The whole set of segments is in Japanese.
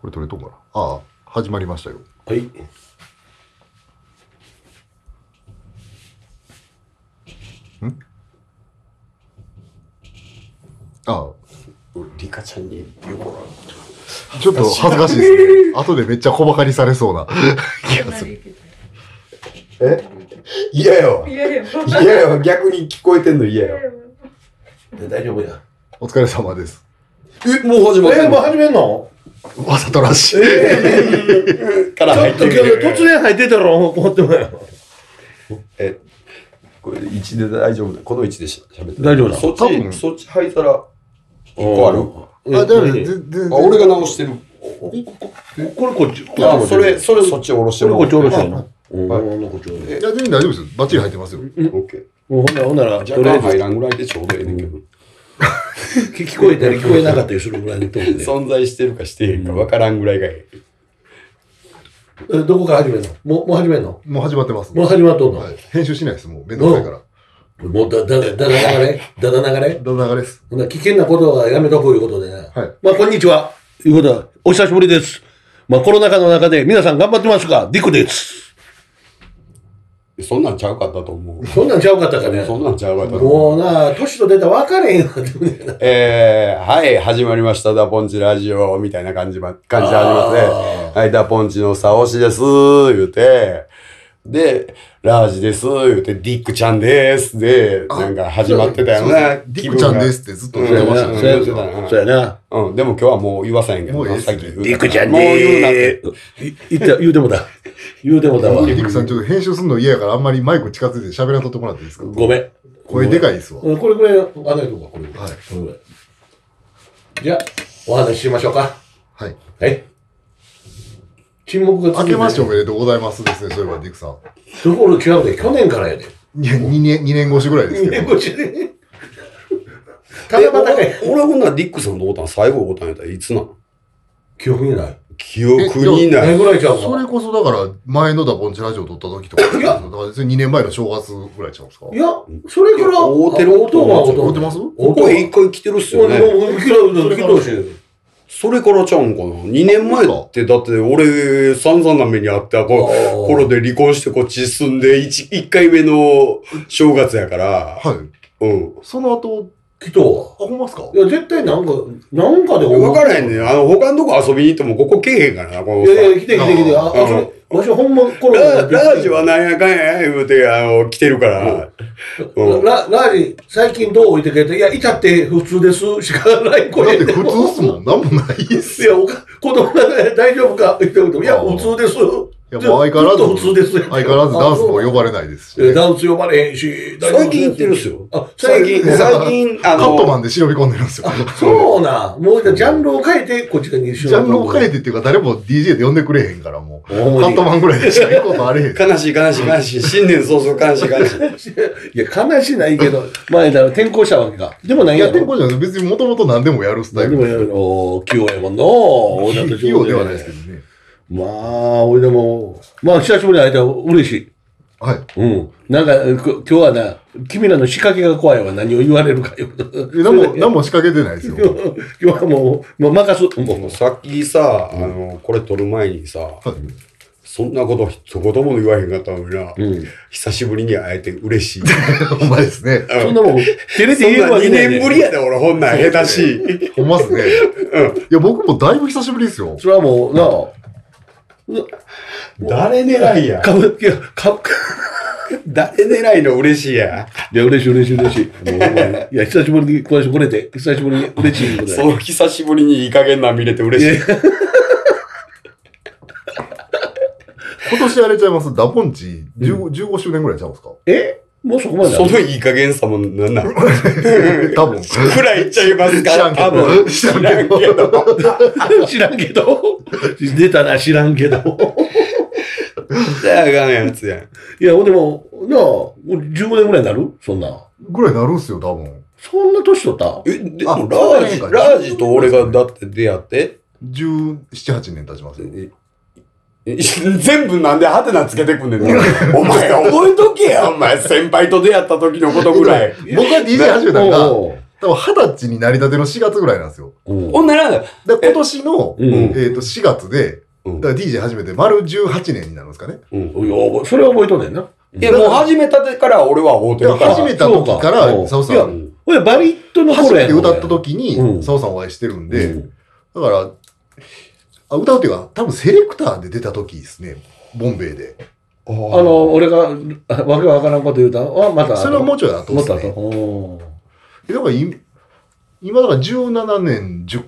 これ取れとんかなああ始まりましたよはい。あ俺リカちゃんに言うから。あちょっと恥ずかしい ですね後でめっちゃ小馬鹿にされそうな気がするえ嫌やわ。いやいや、い嫌やわ。逆に聞こえてんの嫌やわ。大丈夫や。お疲れ様ですえ、もう始まってえるー、ものう始めんのわざとらしいからちょ入っってとみ今る日突然入ってたら思ってもやろ。これ位置で大丈夫だ。この位置でしゃべって。大丈夫なのそっ多分ち、そっち灰皿一個あるるあ、あ、でもでも、全え然あ、俺が直してる。これこっち。こあ、れそれ、それそっち下ろしてこれる。こっちおろしてんあのうんはい俺のこっちおろしていや全然大丈夫ですよバッチリ入ってますよオッケー。もうほんなら、ほんなら、と若りあ干え入らんぐらいでちょうどええねんけど。ず、聞こえたり聞こえなかったりするぐらいのとこで。存在してるかしてへんか分からんぐらいがええ。えどこから始めるのもう、もう始めるのもう始まってますもう始まっとんのはい編集しないですもうめんどくさいからもうだ、だ、だ、だだ流れだだ流れどの流れですほんなら危険なことはやめとこういうことでね。はいまあ、こんにちは。いうことは、お久しぶりです。まあ、コロナ禍の中で皆さん頑張ってますが、ディクです。そんなんちゃうかったと思う。そんなんちゃうかったかね。そんなんちゃうかったと思う。もうな、年と出たら分かれへんわって思うねんなえー、はい、始まりました、ダポンチラジオ、みたいな感じま、感じで始まって、あはい、ダポンチのサオシです、言うて、で、ラージです、言うて、ディックちゃんです、で、あなんか始まってたよそうな。で、すディックちゃんですすってずっと言ってましたうんそうやね言なってたなそうやな。うん、でも今日はもう言わさへんけどもうええな、っすさっねき言うたリクちゃんもう言うなってで。ーい言った、言うてもだ。言うてもだわデ。ィックさんちょっと編集するの嫌やからあんまりマイク近づいて喋らんとってもらっていいですかごめん。声でかいですわうんこれぐらい、あの人がこれぐらい。はいこれぐらい。じゃあ、お話ししましょうか。はいはい。沈黙が明続いてけましておめでとうございますですねそういえばディックさんところ違うで、去年からやで。いや、2年、二年越しぐらいです2け年ど。越しで。え七夕かい。お俺ほんならディックさんのボタン最後ボタンやったらいつなん記憶にない。記憶になないい。ぐらいちゃうそかれこそだから、前のダポンチラジオ撮った時とか、いやだから別に2年前の正月ぐらいちゃうんですかいや、それから、合うてる合うとは合うと撮はってますここへ一回来てるっすよね。もう、もう、来てほしい。それからちゃうんかな ?2 年前だって、だって俺散々な目にあったこ頃で離婚してこっち住んで 1, 1回目の正月やから、はい。うん。その後、来たわあ、。ほんまっすかいや、絶対なんか、なんかで分からへいんねん。あの、他のとこ遊びに行ってもここ来えへんからな、このいやいや、さ。来て来て来て。あ、あうんそれ、わしほんま、コロナラでラージはなんやかんや言うて、あの、来てるから。うんララージ、最近どう置いてくれたいや、いたって普通です。しかないだっ声てで。普通っすもん。なんもないっすいや、おか子供がね大丈夫か言ってもいや、あー普通です。いや、もう相変わらず、ずっと普通ですよ相変わらずダンスも呼ばれないですし、えダンス呼ばれへんし、大丈夫最近行ってるっすよ。あ、最近、最近。最近、あカットの、マンで忍び込んでるんですよ。そうな。もう、ジャンルを変えて、こっちが2ジ週ャンルを変えて。てっていうか、誰も DJ で呼んでくれへんから、もう。カほんまにットマンぐらいでしか行くことあれへん。悲しい悲しい悲しい。新年早々悲しい悲しい。いや、悲しないけど、前だろ、転校したわけか。でもないいややってろることじゃないです。別にもともと何でもやるスタイ何ルでもやるの、器用やもんの、器俺だと用ではないですけどね。まあ、俺でも、まあ、久しぶりに会えたら嬉しい。はい。うん。なんか、こ今日はな、君らの仕掛けが怖いわ、何を言われるかよ。え何も、何も仕掛けてないですよ。今日今日はもう、もう任す。ももうう、さっきさ、あの、これ撮る前にさ、そんなこと一言も言わへんかったのにな、うん。久しぶりに会えて嬉しい。 ほんまですね。そんなもん、照れてそん言えなるわけ2ないね年ぶりやで、俺、ほんなん下手しい。ほんまっすね。いや、僕もだいぶ久しぶりですよ。それはもう、なあ、誰狙い や。かぶ、いや、かぶ、誰狙いの嬉しいや。いや、嬉しい、嬉しい、嬉しい。もうほんまにいや、久しぶりに、こうしてこれて、久しぶりに嬉しいことだよそう、久しぶりにいい加減な見れて嬉しい。今年あれちゃいます。ダポンチ15、15周年ぐらいちゃうんですかえもうそこまでそのいい加減さもなんなん。多分。知くらいっちゃいますからんけ多分ど。。知らんけ知らんけど。 知らんけど。 出たな、知らんけど。じゃあ、あかんやつやん。いや、ほんでも、なあ、15年ぐらいになるそんな。ぐらいなるんすよ、多分。そんな年取ったえ、であも、ラージ、そうなんやラージと俺がだって出会って、 17、8年経ちますよ。え全部なんでハテナつけてくんねんな。お前覚えとけや、お前。先輩と出会った時のことぐらい。僕が DJ 始めたのが、おう多分二十歳になりたての4月ぐらいなんですよ。おほんなら、だから今年の、うんえっ、と、4月で、うんだから DJ 始めて丸18年になるんですかね。うんおよそれは覚えとんねんな。いや、もう始めたてから俺は会うてだるかからら。始めた時か、そうからサオさいやん、ほや、バリットの初頃めやてん歌った時うに、んサオさんお会いしてるんで、うんだから、あ歌うっていうか、多分セレクターで出た時ですね。ボンベイで。あのあの、俺が、 あわけわからんこと言うたんあ、また。それはもうちょい後でもっすと後。ね。おーだから今、今だから17年10、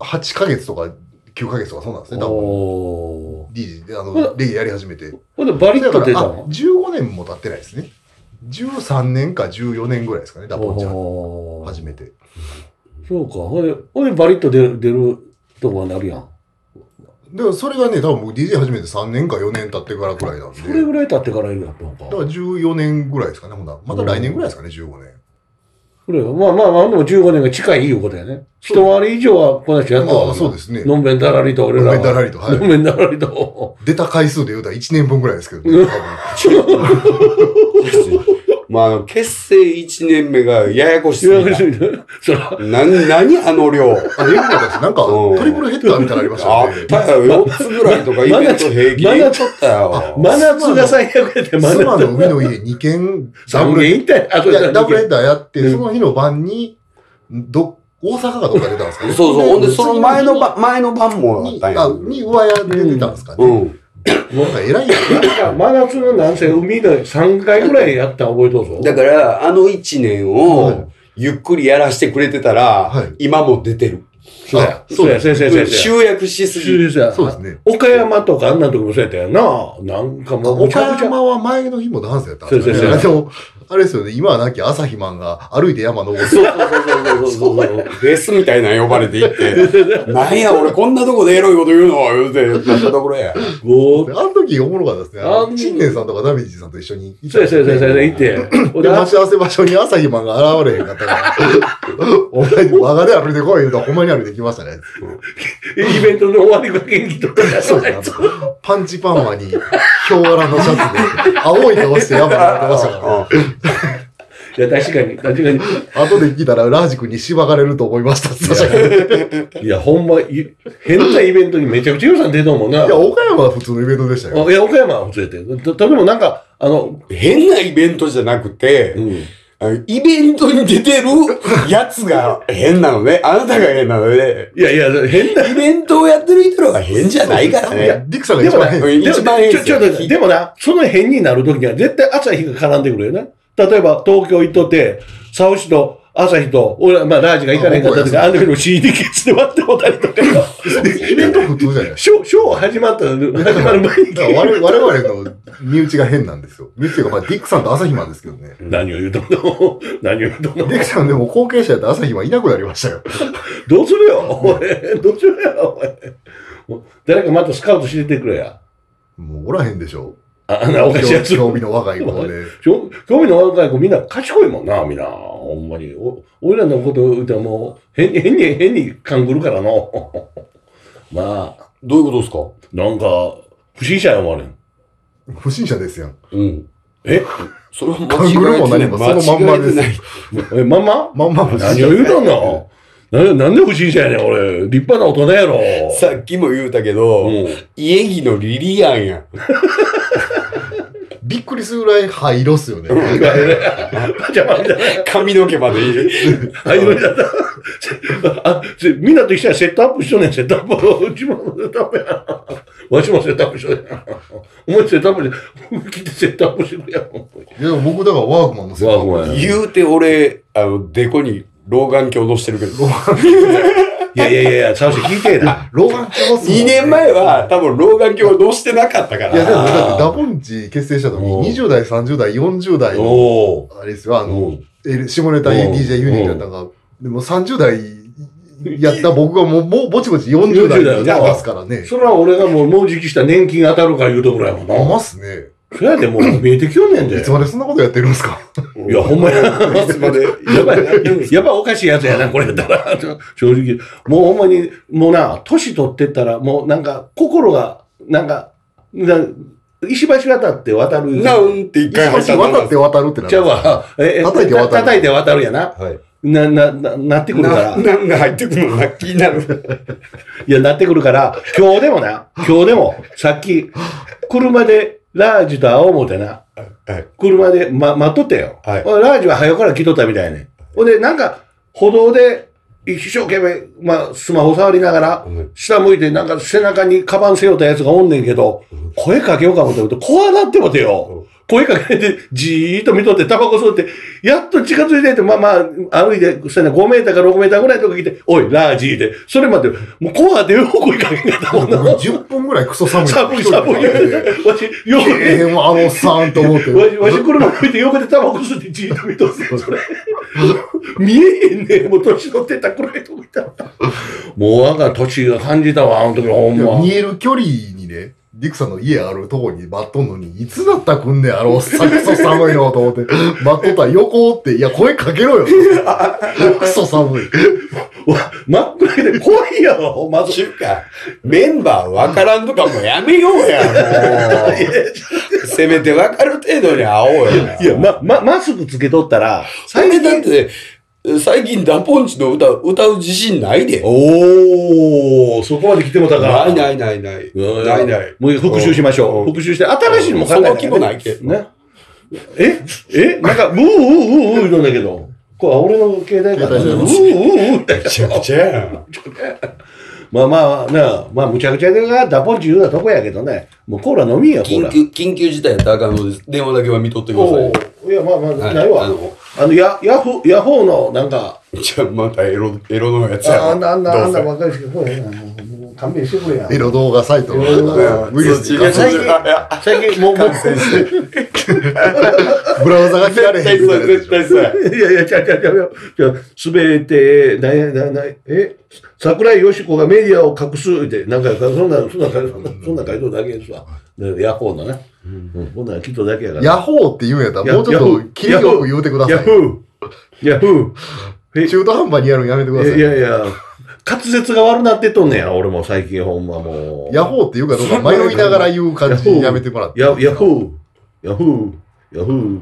8ヶ月とか9ヶ月とかそうなんですね、多分。おー DJ で、あうの、レギュラーやり始めて。ほんで、バリだッかトら出たあの15年も経ってないですね。13年か14年ぐらいですかね、ダポンちゃん。おー初めて。そうか。ほんで、ほんでバリッと出る、出るとこになるやん。でもそれがね、多分僕 DJ 始めて3年か4年経ってからぐらいなんで。それぐらい経ってからやるやったのかだ。から14年ぐらいですかね、ほんならまた来年ぐらいですかね、15年。それまあまあまあ、でも15年が近いいうことやね。一回り以上はこの人やったわまけなあそうですね。のんべんだらりと俺らは。のんべんだらりとはいのんべんだらりと。 出た回数で言うたら1年分ぐらいですけどね、多分。まああの、結成1年目がややこしいすやぎた。そら、な、何あの量。あ、レギュラーだし、 なんかうん、トリプルヘッダーみたいなのありましあたっよね。たよ。4つぐらいとかイベント平気で行っとったよ。真夏が最悪やって、真夏妻の海の家2軒、ダブルヘッ言いたい。あ、ダー。いや、ダブルヘル。ッダーやっうて、んその日の晩に、ど、大阪かどっか出たんですかそうね。そう。ほんで、その前の晩晩、前の晩もあっに、たんや。あに、上屋で出たんですかうね。ん。なんか偉いや真夏のなんせ海の3回ぐらいやったら覚えとうぞ。だから、あの1年はいを、ゆっくりやらしてくれてたらはい、今も出てる。そうや。そうや、先生、先生。集約しすぎ。終了や。ん。そうですね。岡山とかあんなとこもそうやったよな。なんかもう、岡山は前の日もダンスやったんですよねそうそうでも、あれですよね、今はなき朝日マンが歩いて山登って、そうそうそうそうそうそう。フェスみたいなの呼ばれて行って、なんや、俺こんなとこでエロいこと言うの言うて、なったところや。ごあの時おもろかったですね。ああのん陳年さんとかダメージさんと一緒に行ったそんうや、ですそうよや、ねそうや、そうや、行って。ほんでで、待ち合わせ場所に朝日マンが現れへんかった から、お前、我がで歩いてこい言うと、ほんまに歩いてきましたね。イベントの終わりが元気とか出さないと。パンチパンマに、ヒョウ柄のシャツで、青い顔して山に行ってましたから、ね、いや、確かに、確かに。後で聞いたら、ラージ君に縛られると思いましたって言ってましたけど。いや、ほんま、い変なイベントにめちゃくちゃ予算出たもんな。いや、岡山は普通のイベントでしたよ。あいや岡山は普通やってる。ととてもなんか、あの、変なイベントじゃなくて、うん。あのイベントに出てるやつが変なのね。あなたが変なのね。いやいや、変な。イベントをやってる人らが変じゃないからいや、ね。リクさんが一番変でもねです。一番変ちょ、ちょっと待って、でもな、その変になるときには絶対朝日が絡んでくるよね。例えば、東京行っとって、サウシと、朝日と、俺、まあ、ラージが行かないかったとあか、あの時の CD ケースで割ってもたりとか、イベント普通じゃないショー、ショー始まった、始まる前にだから我々我々の身内が変なんですよ。身内が、まあ、ディックさんと朝日マンですけどね。何を言うとんの 何を言うとデんィのックさんでも後継者やったら朝日マンいなくなりましたよ。どうするよ、お前。 どうするよ、お前。もう誰かまたスカウトしててくれや。もうおらへんでしょ。あ、あんなおかしいやつ。興味の若い子で。興興味の若い子みんな賢いもんな、みんな。ほんまに。お俺らのこと言うたらもう、変に、変に、変に勘ぐるからの。 まあ、どういうことですかなんか、不審者や思われん。不審者ですやん。うん。え それは間勘ぐるも違え何てもない。そのまんまです間違えてないえ、まんままんま不審何者を。言うとんのななんで不審者やねん、俺。立派な大人やろ。さっきも言うたけど、うん家着のリリアンやん。びっくりするぐらい灰色っすよね。いやいや パジャマみたいな。髪の毛までいい。灰色になった。あ、せみんなと一緒や、セットアップしとんねん、セットアップ。うちもセットアップや。わしもセットアップしとんねん。お前セットアップで、思い切ってセットアップしてくれや。ほんまにいや、僕だからワークマンのせいワークマンや言うて俺、あの、デコに老眼鏡のしてるけど。いやいやいや、サウシ聞いてえな。老眼鏡っすもんね2年前は多分老眼鏡のしてなかったから。いや、でもだってダポンチ結成した時おう20代、30代、40代の、おお。あれですよ、あおのう、 L- 下ネタ DJ ユニットやったのが、でも30代やった僕がもう、もうぼちぼち40代になりますからね。それは俺がもう、もうじきした年金当たるかいうところやもんあまな。っすね。そやでもう見えてきよんねんで。いつまでそんなことやってるんですかいや、ほんまや。いつまで。やばい、やばいおかしいやつやな、これやったら。正直。もうほんまに、もうな、年取ってったら、もうなんか、心が、なんか、な石橋渡って渡る。なんて一回入っ一た橋の渡って渡るってなちゃうる。わ。ええ叩いて渡る叩いて渡るやな。はい。な、な、な、なってくるかなら。なんが入ってくるのが気になる。いや、なってくるから、今日でもな、今日でも、さっき、車で、ラージと青本な、はい。車で、ま、待っとってよ。はいおラージは早から来とったみたいね。ほんで、なんか、歩道で、一生懸命、まあ、スマホ触りながら、うん下向いて、なんか背中にカバン背負ったやつがおんねんけど、声かけようか思ってると、怖なってもてよ。声かけて、じーっと見とって、タバコ吸って、やっと近づいてって、まあまあ、歩いて、そうやな、5メーターか6メーターぐらいのとこ来て、おい、ラージーで、それまで、もう怖でよ、声かけたもんな。僕10分ぐらいクソ寒い。寒い、寒い。 わし、よくええもうあのおっさんと思って。わし、わし車向いて横でタバコ吸ってじーっと見とって、それ。見えへんねん、もう年取ってたくらいと思ったら。もうなんか年が感じたわ、あの時、ほんいやま。見える距離にね、ディクさんの家あるとこに待っとんのに、いつだったら来んねん、あのおっ さんクソ寒いのと思って、待っとったら横おって、いや、声かけろよ。 クソ寒い。わ真っ暗で怖いやろ、まず。ちゅうか、メンバーわからんとかもうやめようや、もう。せめてわかる程度に会おうや。いや、ま、ま、マスクつけとったら、最近だって、最近ダポンチの歌、歌う自信ないで。おー、そこまで来てもたから。ないないないない。うんないない。もう復習しましょう。復習して、新しいのも考えそなのき気ゃもないけど。ね。ええなんか、うーうーうーうー言うんだけど。これは俺の携帯かな。う携ーう帯ーうーってめちゃくちゃやん。まあまあ、なまあ、むちゃくちゃがダポンチ言うなとこやけどね。もうコーラ飲みや、コー緊ラ。急、緊急事態やったらあかんので、電話だけは見とってくださいお。ういや、まあまはあ、いないわ。あのあの、や、ヤフー、ヤホーの、なんか、じゃあまたエロ、エロのやつやああんな、あんな、あんなどう若い人、そうやな。もう勘弁してくれや。エロ動画サイトのせウイルスにそ感っち染してがそっちがいや最近、もう、もう、 ブラウザが切られ絶へ対んみそたう、いなやつでしょ。絶対そうや。 いやいや、ちゃうちゃうちゃうよ。ちゃうすべて、なやななえ、桜井よしこがメディアを隠すって、なんか、そんな、そんな、そんな、そんな回答だけですわ。でヤホーのね。うん、こんなんきっとだけやから。ヤホーって言うんやったら、もうちょっと切りよく言うてくださヤいフ。ーヤフー中途半端にやるのやめてくださえいい。やいや、滑舌が悪なってっとんねや、俺も最近ほんまもう。ヤホーって言うかどうか迷いながら言う感じやめてもらって。ヤヤフー、ヤフー、ヤフー、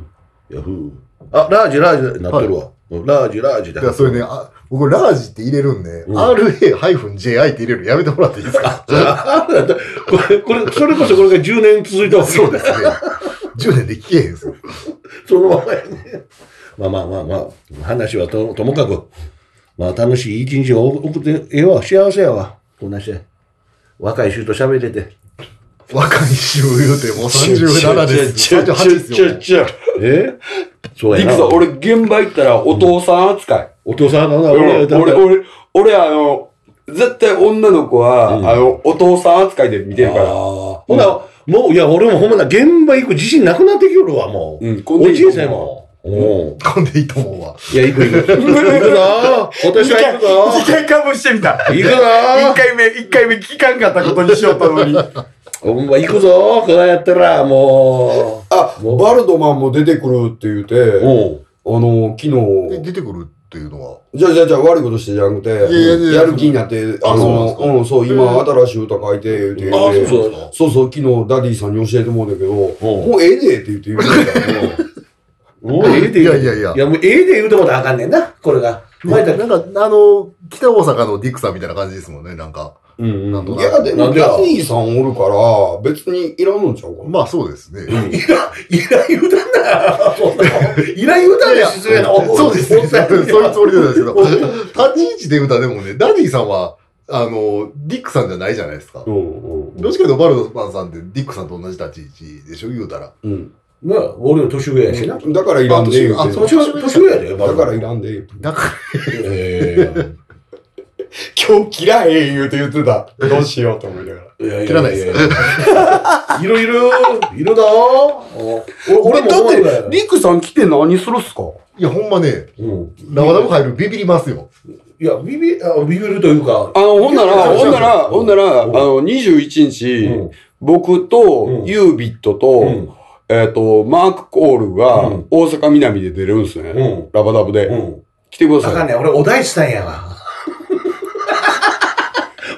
ヤフー。あ、ラージ、ラージ、なってるわ。うんラージ、ラージだいや、それね、あ僕、ラージって入れるんで、ん RA-JI って入れるのやめてもらっていいですか これ、これ、それこそこれが10年続いたわけそうですね。10年で聞けへんすよ。そのままやね。まあまあまあまあ、話はとともかく、まあ楽しい一日を送って、ええわ、幸せやわ。こんなして。若い衆と喋れて。若い衆言うて、もう37です。ちょちょ38ですちょよ。もうちょちょえそうディやなク。さん、俺現場行ったらお父さん扱い。お父さんだな、俺、俺、俺、俺、俺、あの、絶対女の子は、うんあの、お父さん扱いで見てるから。ほな、もう、いや、俺もほんまな、現場行く自信なくなってきよるわ、もう。うん、こんおでいいじいさんも。おう混んでいいと思うわ。いや、行く行く。行くぞ今年は行く二ぞ回かぶしてみた。行く一ぞ回目、一回目聞かんかったことにしよったのに。 ほんま行くぞこれやったら、もあ、バルドマンも出てくるって言うう。て、おうあの、昨で、日、出てくるっていうのは。じゃあじゃあじゃあ悪いことしてじゃなくて、いやいややる気になって、そうなあんでのす、かうん、そう、今新しい歌書いて、言うて。あそうそうそうそう、昨日ダディさんに教えてもらうんだけど、もうええでって言って言うてたよもうええでい言やういやいやい。や、もうええで言うてもらあかんねんな、これが。前だけなんか、あの、北大阪のディクさんみたいな感じですもんね、なんか。うんなんといなくや、でなもんでやダディさんおるから、別にいらんのちゃうかな。まあそうですね。いら、いら言うたんな、そんなもんいら言うたんや、失礼な。そうですね。そういうそうつもりなんですけど、立ち位置で歌でもね、ダディさんは、あの、ディックさんじゃないじゃないですか。うんうんどっちかというとバルドマンさんってディックさんと同じ立ち位置でしょ言うたら。うん。なあ、俺の年上やしな。だからいらんで言うあて年る上あ年上年上やで、だからい今らんで言うてるだから、今日切らへん言うて言ってた。どうしようと思いながら。い切らないですややや。いるいる、いるなお俺俺もだ思うぐらいって、リクさん来て何するっすかいや、ほんまね、うん生々入るビビりますよ。いや、ビビ、あビビるというか、あの、ほんなら、うんほんなら、ほんなら、あうんの、21日、うん僕とう、んユービットと、うんえっ、と、マーク・コールがうん大阪南で出るんですね。うんラバダブで、うん。来てくださあかい。んねん、俺、お大師さんやわ。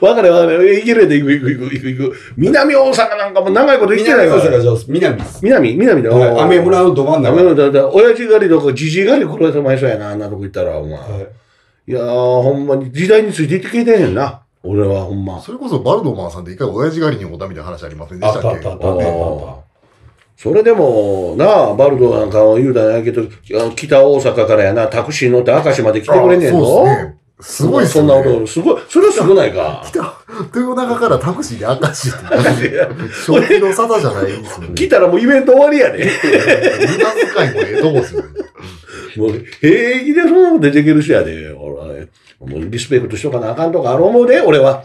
わかるわかる。いけるやで、行く行く行く行く。南大阪なんかもう長いこと行ってない南か大ら。阪じゃあ南です。南、南だ。はい。雨村のど真んダ中。メだ、だだ親父狩りとか、じじい狩り来られてまいそうやな、あんなとこ行ったら、お前。、はいいやー、ほんまに、時代についていってきてへんな。俺は、ほんま。それこそバルドマンさんって一回親父狩りにおったみたいな話ありませんでしたっけあったあったあーそれでも、なあ、バルドなんかは言うたらやけど、あ北大阪からやな、タクシー乗って明石まで来てくれんねんそぞ。うですね。すごいっすそね。んなこと、すごい、それはすごないか。来た。豊中からタクシーで明石って。正気の沙汰じゃないですよね。来たらもうイベント終わりやで。無駄遣いもええとこっすよね。もう平気でそんなこと出てける人やで。俺はね、もうリスペクトしとかなあかんとかある思うで、俺は。うん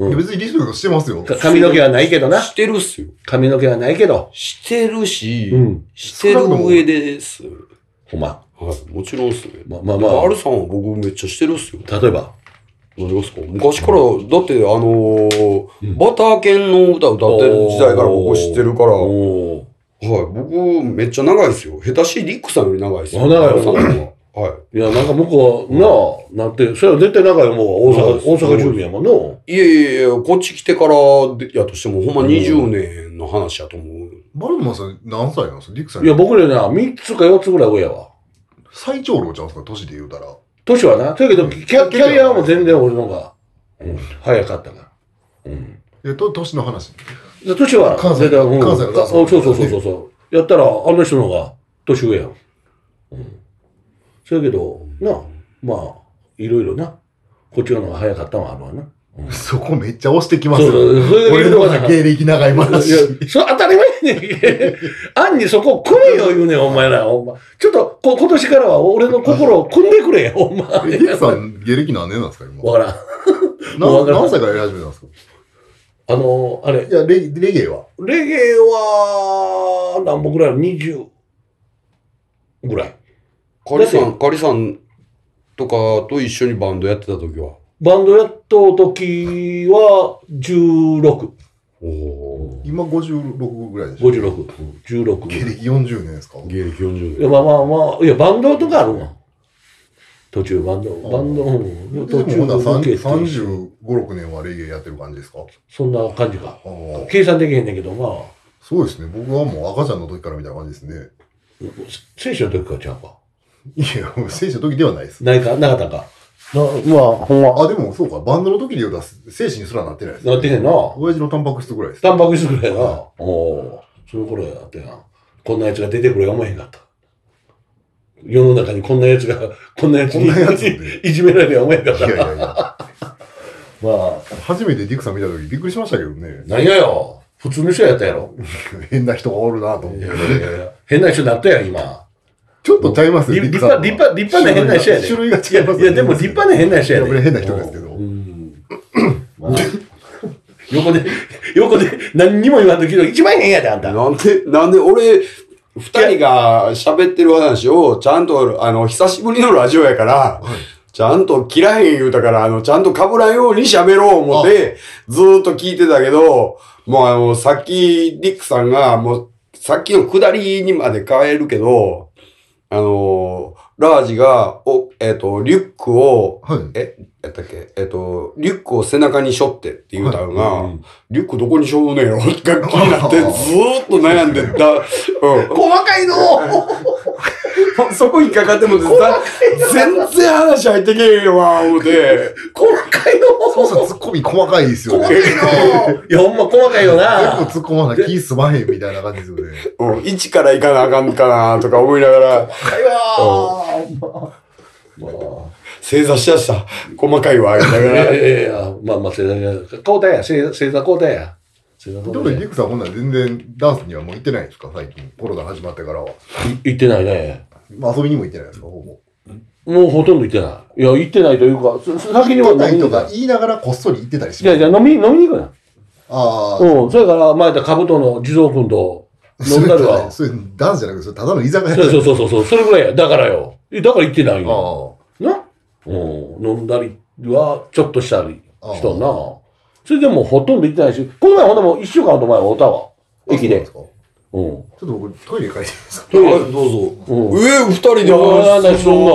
いや別にリスペクトしてますよ。か髪の毛はないけどな。してるっすよ。髪の毛はないけど。してるし、うん。してる上です。ほんま。はい。もちろんっすね。ま、まあままあ、あ、 R さんは僕めっちゃしてるっすよ。例えば。何がっすか昔から、だってあのーうんバター犬の歌歌ってる時代から僕知ってるから、はい。おー僕めっちゃ長いっすよ。下手しいリックさんより長いっすよ。あ長い R さんの方がはいや、なんか向こうは、なあ、なって、それは絶対仲良いもんは大阪、うん大阪住民やもんの。い。いやいやいや、こっち来てからでやとしても、ほんま20年の話やと思う。バルドマンさん何歳なんですかリクさん。いや、僕らな、3つか4つぐらい上やわ。最長老ちゃうんすか年で言うたら。年はな。だけど、キャうんキャリアはもう全然俺の方が、うん、早かったから。うん。え、と、年の話。で年は、関西だいたいうん関西のあそうそうそうそうそう。やったら、あの人の方が年上やん。うん。そやけど、な、まあ、いろいろな、こっち側の方が早かったもあるわな。そこめっちゃ押してきますそうよ。そう、それ俺だけの方言うとがかな。い芸歴長いや、話。それ当たり前やねんけど。案にそこ組めよ言うねん、お前ら。ほんま。ちょっと、こ今年からは俺の心を組んでくれ、ほんま。わえリクさん芸歴何年なんですか今。からん。わなからん何歳からやり始めたんですかあの、あれい、や、レレゲエは。レゲエは、何本ぐらいの ?20 ぐらい。カリさだっん、カリさんとかと一緒にバンドやってた時は。バンドやっとう時は16。おお。今56ぐらいでしょ。 56。芸16。歴40年ですか芸歴40いや、年。まあまあまあ、いや、バンドとかあるわ。途中バンド、バンド、うんで途中もまだ抜けて35、6年はレゲエやってる感じですかそんな感じか。ああ計算できへんねんけど、まあ、そうですね。僕はもう赤ちゃんの時からみたいな感じですね。選手の時からちゃうか。いや、聖書の時ではないです。ないか、なかったか。なまあ、ほんま。あ、でもそうか。バンドの時で言うと精神すらなってないです、なってへんな。親父のタンパク質ぐらいです。タンパク質ぐらいな。おおー、その頃やったやん。こんなやつが出てくるや思えへんかった。世の中にこんなやつが、 こんなやつにこんなやつでいじ められるや思えへんかっいやたい。やいや。まあ、初めてディクさん見た時びっくりしましたけどね。何がよ。普通の人やったやろ。変な人がおるなと思っいてや。いやいや変な人になったやん、今。ちょっとちゃいます立ね。立派、立派、立派な変な人やで。種類がいや違いますいや、でも立派な変な人やいや俺で。変な人ですけどうん。まあ横で、 横で何にも言わんときの一番変やで、あんた。なんで、なんで俺、二人が喋ってる話を、ちゃんと、あの、久しぶりのラジオやから、ちゃんと切らへん言うたから、あの、ちゃんと被らんように喋ろう思って、ずーっと聞いてたけど、もうあの、さっき、リックさんが、もう、さっきの下りにまで変えるけど、あの、ラージが、お、えっ、と、リュックを、はい。え、やったっけえっと、リュックを背中に背負ってって言うたのが、うんリュックどこに背負うねやろが気にな って、ずーっと悩んでた。う細かいのん。 そこにかかっても、だ全然話入ってけえへんわ、思て。細かいのそうそう、ツッコミ細かいですよ細ね。かい結のいや、ほんま細かいよ構な。突っ込まな気すまへんみたいな感じですよね。うん。位置から行かなあかんかな、とか思いながら、細かいわー。まあ正座しだした。細かいわ、言いながいやら。いやいや、まあまあ、正座交代や、正正座交代や。正座で交も代リや。クさんほんなら全然ダンスにはもう行ってないんですか最近。コロナ始まってからは。い行ってないね。まあ遊びにも行ってないですかほぼ。もうほとんど行ってない。いや、行ってないというか、すす先には行ってな飲みいに行とくか。言いながらこっそり行ってたりしいまやすいや、飲み、飲みに行くな。ああ。うん。それから、前だ、カブトの地蔵君と飲そんれだりじゃないは。それダンスじゃな くて、それただの居酒屋そうそうそうそうそう、それぐらいや。だからよ。えだから行ってないよ。あな、うん、飲んだりはちょっとしたりしとんな。それでもほとんど行ってないし、この前ほんでもう一週間ほど前はおたわ。あそ駅うなんで。すかうん。ちょっと僕トイレ帰っていいですかトイ レ。はいどうぞ。うん。え、二人でいやー話何すすんの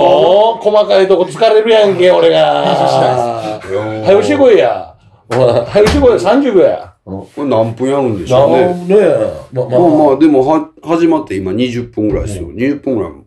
細かいとこ疲れるやんけ、俺が。しない早よしてこいや。ほら、入ってこい、30秒や。うん。これ何分やるんでしょうね。なんねえ。ま、まあまあ、でもは、始まって今20分ぐらいですよ。20分ぐらいも。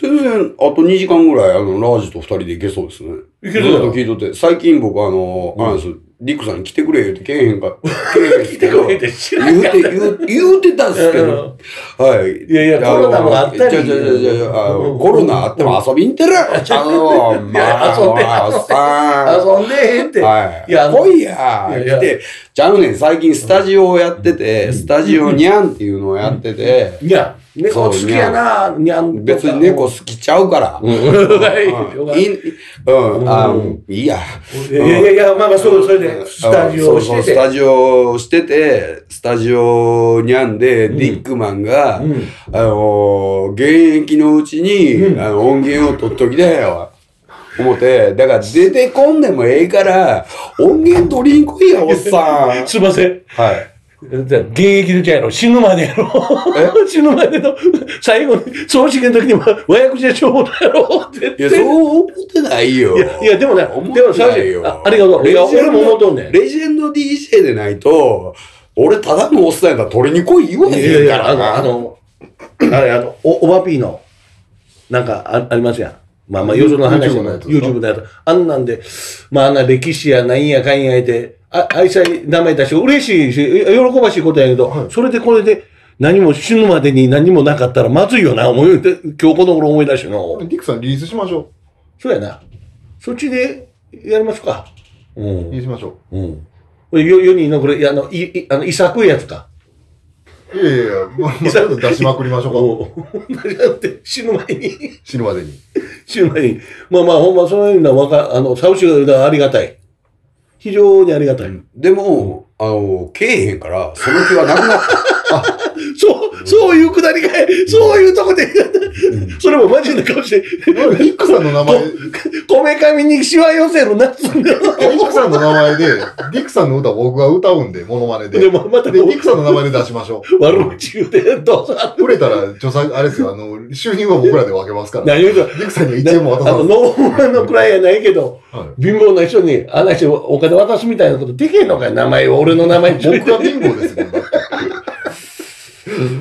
全然、あと2時間ぐらい、あの、ラージと2人で行けそうですね。いけそうずだっと聞いとって。最近僕、あの、うんあれです、リクさん来てくれ言うてけえへんか。けえへん来てこいって知ら言んうかて、言う、言うてたんですけど。はい。いやいやコロナもあったじりゃじゃじゃじゃあうのんコロナあっても遊びに行ってるやろ、ちゃうの。まあ、 遊んでおっさん遊んでへんって。はい。いやあの来いやいやいや来て、ちゃうねん、最近スタジオをやってて、スタジオニャンっていうのをやってて、にゃん。猫好きやな、にゃん。別に 猫好きちゃうから。ううん。んいい、うん、あうんいいや。いやいやいや、まあまあ、そう、それで、スタジオをしそうそうてスて。タジオをしてて、スタジオニャンで、ディックマンが、うん。あのー、現役のうちに、うんあの音源を取っときだよ。思って、だから出てこんでもええから、音源取りに来いや、おっ さん。すいません。はい。じゃあ現役のじゃやろ死ぬまでやろ 死ぬまでの最後に葬式の時にも和訳じゃ消防だやろ絶いや、対そう思ってないよ。いやいやでもね思っでもてさないよあありがとういや俺も思っとんねんレジェンド DJ でないと、俺ただのおっさんやったら取りに来い言わいやへいんかやあらのな。あのあれあのおおばぴーのなんかあありますやんまあまあよその話 YouTube のやつですか YouTube のやつあんなんでまああんな歴史やなんやかんや言うてあ愛妻名前出して嬉しいしえ喜ばしいことやけど、それでこれで何も死ぬまでに何もなかったらまずいよな思い今日この頃思い出してのディックさんリリースしましょそうやな。そっちでやりますか。うう。リん。リースしましょうん。よ4人のこれ、いやあの、い、いあの、いさくいやつか。う。いやいやいや、まあ、まあとりあえず出しまくりましょう か。うん。だって死ぬ前に、死ぬまでに。死ぬ前に。まあまあ、ほんまそういうのはわか、あの、サウシが言うのはありがたい。非常にありがたい。でも、あの、けえへんから、その気はなくなった。そう、そういうくだりがい、そういうとこで、それもマジな顔して、ディックさんの名前、デこめかみにしわ寄せるなっつうんだよ。ィックさんの名前で、ディックさんの歌を僕が歌うんで、モノマネで。でで、デも、またィックさんの名前で出しましょ悪口言うて、どうぞ。う。売れたら、著作、あれですよ、あの、収入は僕らで分けますから。何言うとディックさんには1円も渡あさの、ない。ノーマンのくらいやないけど、は貧乏な人に、あんな人お金渡すみたいなことできへんのかよ、名前を、俺の名前にしとい僕が貧て乏ですもんだって。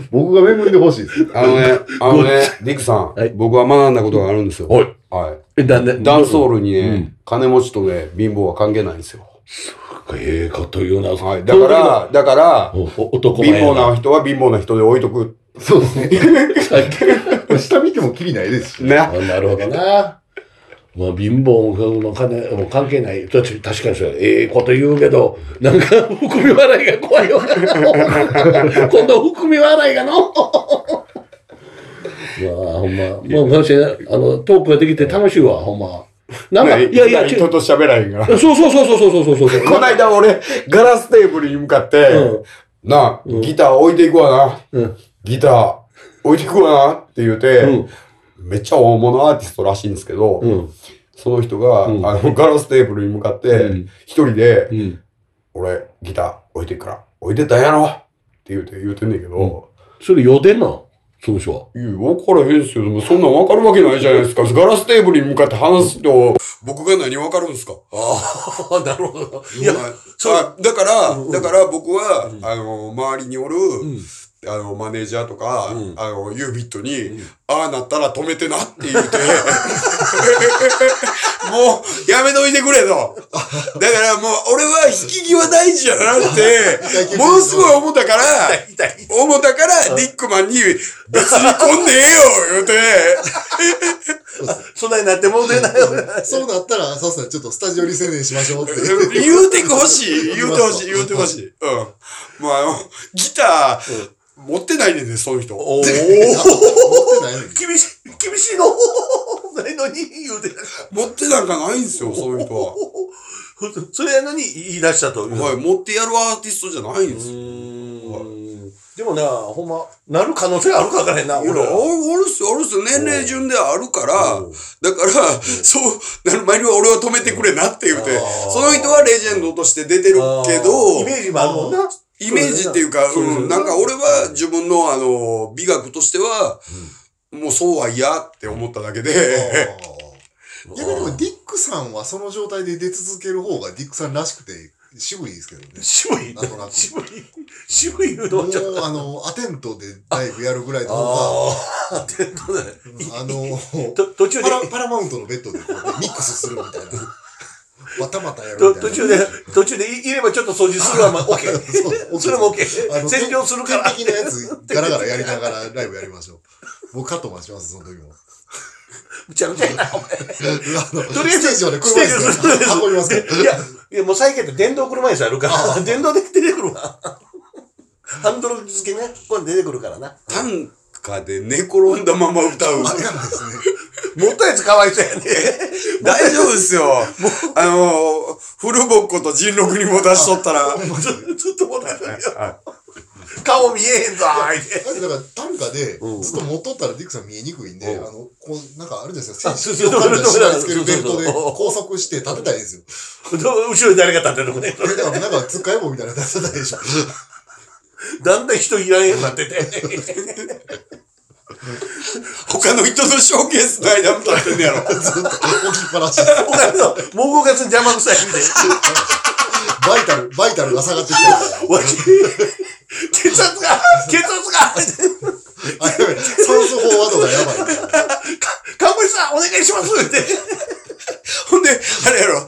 僕が恵んでほしいです。 あのね、あのね、ディクさん、はい僕は学んだことがあるんですよ。おい。はえだねい。ダンスホールにね、うん金持ちとね、貧乏は関係ないんですよ。ええこと言うな、はい。だから、だから、おお男貧前や乏な人は貧乏な人で置いとく。そうですね。 さっき下見てもキリないですし。あね。 なるほどな。まあ、貧乏の金も関係ない。確かにそうやええこと言うけど、なんか、含み笑いが怖いわ。 こんな含み笑いがの。 まあ、ほんま。もう、まあ、あの、トークができて楽しいわ、ほんま。なんか、ねいやいや、普段ち人ょと喋らへんから。そうそうそうそうそうそうそうそう。 こないだ俺、ガラステーブルに向かって、うんなあ、うんギター置いていくわな。うん。ギター置いていくわなって言うて、うん。めっちゃ大物アーティストらしいんですけど、うん。その人が、うんあの、ガラステーブルに向かって、うん一人で、うん。俺、ギター置いてっから、置いてたんやろって言うて、言うてんねんけど、それ、予定なその人は。いや、分からへんっすよ。でもそんなん分かるわけないじゃないですか。ガラステーブルに向かって話すと、僕が何分かるんですかああ、なるほど。いや、そう、だから、うんだから僕は、うんあの、周りにおる、うん。あの、マネージャーとか、うんあの、ユービットに、んああなったら止めてなって言うて、 もう、やめといてくれと。だからもう、俺は引き際大事やな って、ものすごい思ったから、思ったから、ディックマンに、別に来んでええよ言うて、そんなになってもうてないそうなったら、そうすね、ちょっとスタジオリセネしまし ょうって。言うてほしい。言うてほしい。言うてほしい。うん。もうあの、ギター、持ってないねんで、その人。おお厳しい、厳しいのないのに言うて持ってなんかないん ですよ、その人は。それやのに言い出したという。はい、持ってやるアーティストじゃないんうですよ。ーんでもな、ほんま、なる可能性あるかわからへんな、いや俺あるっすよ、あるっすよ。年齢順であるから、うんだから、そう、なる前には俺は止めてくれなって言うてあ、ーその人はレジェンドとして出てるけどイ、メージもあるもんな。イメージっていうか、そうですよねうん、なんか俺は自分のあの、美学としては、もうそうは嫌って思っただけで、逆にでもディックさんはその状態で出続ける方がディックさんらしくて渋いですけどね。渋いなんとな、く渋い、渋い言うのもはちょっう、あの、アテントでライブやるぐらいのと。方ああ、ってことだね。が、あの、と途中でパ、ラパラマウントのベッドでこうやってミックスするみ たいな。バタバタやるとみたいな。途中で、途中でいいればちょっと掃除する わ、まあ、OK。そうそれも OK。あの占領するから。天敵のやつ、ガラガラやりながらライブやりましょう。僕カット待ちます、その時も。むちゃくちゃやな、お前。あのとりあえず、ステージまで車椅子ステージ運びますから。いや、いやもう最近やって電動車椅子あるから、 電動で出てくるわ。ハンドル付けね、これ出てくるからな。短歌で寝転んだまま歌う。あれなんですね。もったやつかわいそうやね。 大丈夫ですよ。あの、古ぼっこと人六にも出しとったら。ずずっともったやつ顔見えへんぞ、あいて。だってだから短歌でうんずっと持っとったらディクさん見えにくいんで、あうんの、こう、なんかあるじゃないですか、あ選そう手 そうを彼ら縛り付けるベルトそうでそうそう拘束して立てたいんですよ。後ろに誰か立ってるのね。えだからなんか、つっかえ棒みたいなの立てたいでしょ。だんだん人いらんようになってて。他の人のショーケースの間も立ってんねやろ。ずっと置きっぱなし。お前の、もう5月に邪魔くさいみたい な。バイタル、バイタルが下がってきてるから。わ し血圧が血圧があ、やばい。酸素飽和度がやばい。冠さん、お願いしますって。ほんで、あれやろ。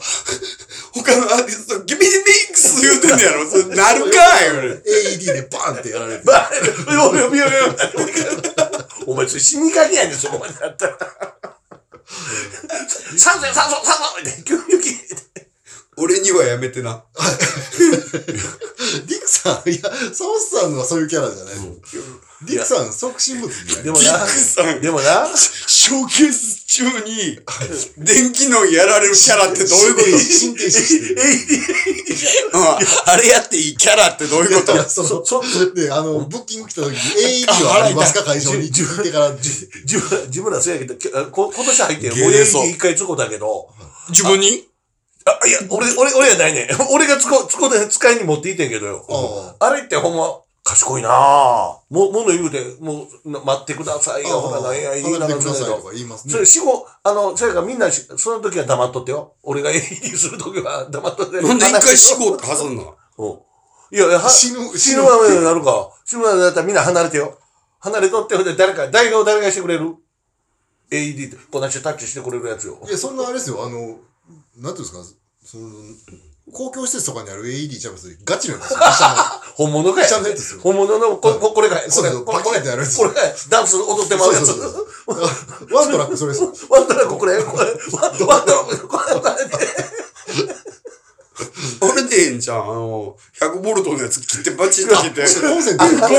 他のアーティスト、ギビミックス言うてんねやろ。それなるかい俺 AED でバーンってやられて。バレる。おいおいおいおいお前、それ死にかけやねん、そこまでだったら。酸素よ、酸素、酸素みたいな。急に切れて俺にはやめてな。ディクさん、いや、サオスさんはそういうキャラじゃないの。ディクさん、即身仏になりでまもすなさん、でもな、ショーケース中に、電気のやられるキャラってどういうこと神経質してる。 うんあれやっていいキャラってどういうこといや、その、そ、そ、で、あの、ブッキング来た時に AED はありますか会 場にって聞いてから、自分、自分らそうやけど、きあこ今年入って、ゲーソ俺一回つこだけど、自分にあ、いや、俺、俺、俺やないねん。俺がつこ、つこで使いに持っていってんけどよ。ああれってほんま、賢いなぁ。も、もの言うて、もう、な待ってくださいよ、ほら、なんや、言い離ながれらてくそだうさいやけどとか言いますそねれ、。死後、あの、そやからみんなし、その時は黙っとってよ。俺が AD する時は黙っとって。なんで一回死後って挟んのうんいや、は死ぬ、死ぬままになるか。死ぬまでだったらみんな離れてよ。離れとって、ほんで誰か、代表誰がしてくれる ?AED って、こんな人タッチしてくれるやつよ。いや、そんなあれですよ、あの、なんていうんですか、その、公共施設とかにある AED ちゃいますガチ なんですよ、下本物かいの。。下のやつですよ。本物の、こここれかい。そこうれ、そうこれ、パこキれ、ッてやるやつこれかいダンス踊ってまうやつそ。うそうそうワントラックそれですよ。ワントラックこれ、これ、ワワントラック、これ、これ。あれでええんじゃん。あの、100ボルトのやつ切ってバチッと切って。本線でコンセントの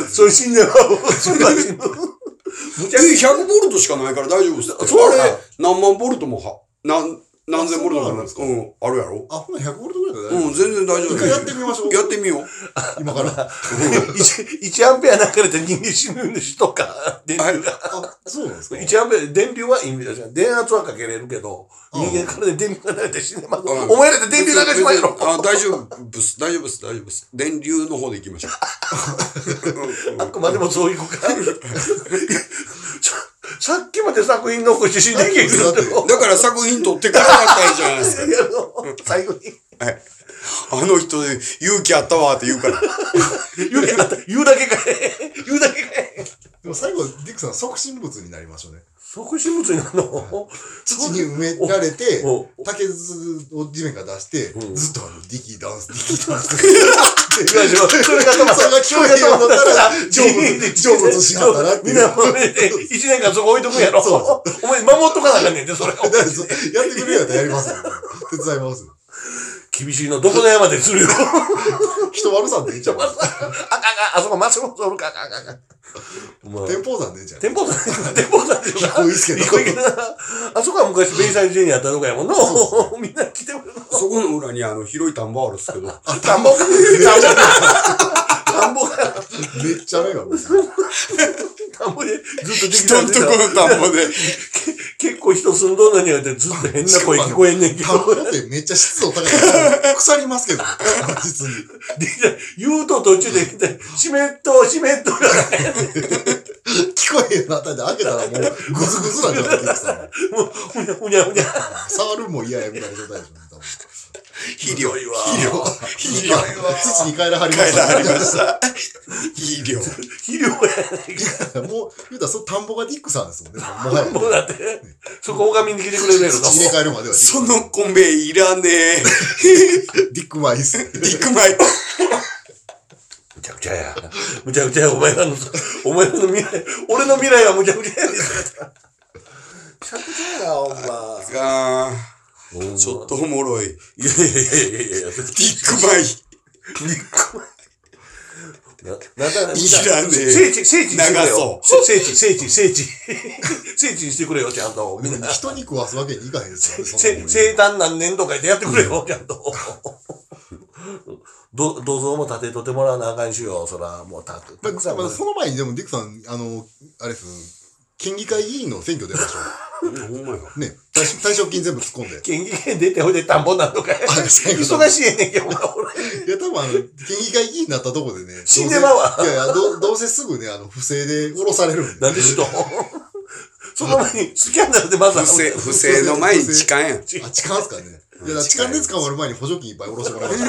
やつそれ死ん でる。それは死ぬ。むちゃくちゃえ、100ボルトしかないから大丈夫ですって。そうなあのれ、何万ボルトもは、何、何千ボルトそうもあなんでるす。かうん、あるやろあ、ほな100ボルトぐらいだうん、全然大丈夫。一回やってみましょうやってみよう。今から。 1, アンペア流れて人間死ぬんですとか、電流が。あ、そうなん ですか。 1アンペア、電流はいいんですよ。電圧はかけれるけど、うん人間からで電流が流れて死んでます。うんお前らで電流流しまえろ。あ、大丈夫っす。大丈夫っす。大丈夫っす。電流の方で行きましょあくまでもそういう子か。 ささっきまで作品残して死んできだってう。だから作品撮ってからだったらいいじゃないですか。最後に あの人、勇気あったわって言う から。言うだけ言うだけかい言うだけかいでも最後、ディクさん、即身仏になりましょうね。即死物になるの土に埋められておお、竹筒を地面から出して、んずっとあの、ディキダンス、ディキダンス。それが止まそれが聞こえへんようになったら、成仏、成仏しはったなってみいんう。なもめて、一年間そこ置いとくんやろ。お前守っとかなあかんねんで、そ れ。だからそう やってくれやったらやりますよ。手伝いますよ。厳しいの、どこの山でするよ。人悪さんでいいんちゃうあかんあかん、あそこマスロおるか、あかんあかん。お前天保山でいいんちゃう天保さん、天保さんでしょ。こいいっすけど一個いいけどなあそこは昔、ベイサイドジェニアやったとこやもんの。みんな来てくれるの。そこの裏にあの広い田んぼあるんですけど。田んぼか。田んぼか。めっちゃ目が。田んぼでずっと人んとこの田んぼで。結構人住んどんのによってずっと変な声聞こえんねんけ田んぼど。ってめっちゃ湿度高いから、腐りますけど、確実に。で言うと途中で、でしめっとう、しめっとうがね聞こえへんようになったんで、開けたらもう、ぐずぐずなんじゃないですか。ふにゃふにゃふにゃ。触るも嫌やみたいな状態でしょ、多分。ひどいわ。肥料。肥料は土に帰らはりま変えした たあねりました。肥料。肥料やないか。もう、言うたら、そう、田んぼがディックさんですもんね。もうはや もうだって、そこ拝みに来てくれるやろか土入れ替えるまではディックそのコンベいらねえ。 ディックマイス。ビッグマイク。むちゃくちゃや。むちゃくちゃや、お前らの、お前らの未来、俺の未来はむちゃくちゃやで。むちゃくちゃやな、ほんま。あーちょっとおもろい。ビいやいやいやいやいや、ディッグマイ。な、なんだ、なんだ、いらねえ聖地、聖地にしてくれよ長。聖地、聖地、聖地。聖地にしてくれよ、ちゃんと。みんな。人に食わすわけにいかへんですよねそんなせもん生誕何年とか言ってやってくれよ、ちゃんと。ど、銅像も建てとってもらわなあかんしよ、そら、もうたく、たくさん。まあその前にでもディックさん、あの、あれです、県議会議員の選挙出ましょほんまよ。う。ね、退職退職金全部突っ込んで。県議権出てほいで田んぼなんとかや。そういうこと忙しいやねんけど、お前俺。いや、多分あの、県議会議員になったとこでね。死んでまうわどうせいやいや、どうどうせすぐね、あの、不正で降ろされるんで。なんでしと。その前にスキャンダルでまず不正、不正の前に痴漢やん。 あ、痴漢っすかね。いや、だから痴漢で捕まる前に補助金いっぱい降ろしてもらいました。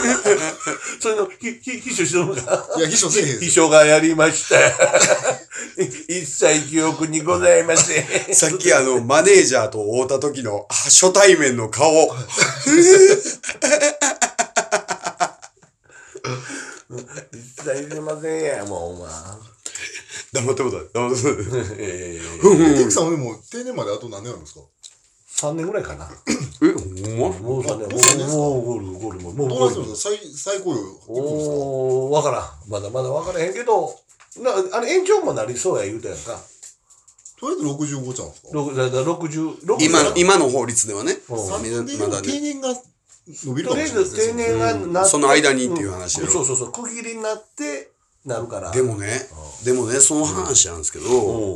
それの、ひ、ひ、秘書しとるのか。いや、秘書せえへん秘すよ。書がやりました。一切記憶にございません。さっきあの、マネージャーと会うた時のあ初対面の顔。一切出ませんや、もう、お前。黙ってもだ。黙ってもだ。ええふんディッふんクさんはでも、定年まであと何年あるんですか3年ぐらいかな。え、ほんまもう3年、もう、もう、ゴール、ゴール、もう、どうゴなーんルで。すか最、最高お量おわからん。まだまだわからへんけど、なあれ延長もなりそうや言うたやんか。いくんですかとりあえず65ちゃうんですかろくだだ60、60今、今の法律ではね。うんみ3年んでなまだ定ね。年が伸びるとかりもあしれえないずです定ね。年がなって、その間にっていう話やろそうそうそう、区切りになって、なるから。でもね、でもね、その話なんですけうど、ん、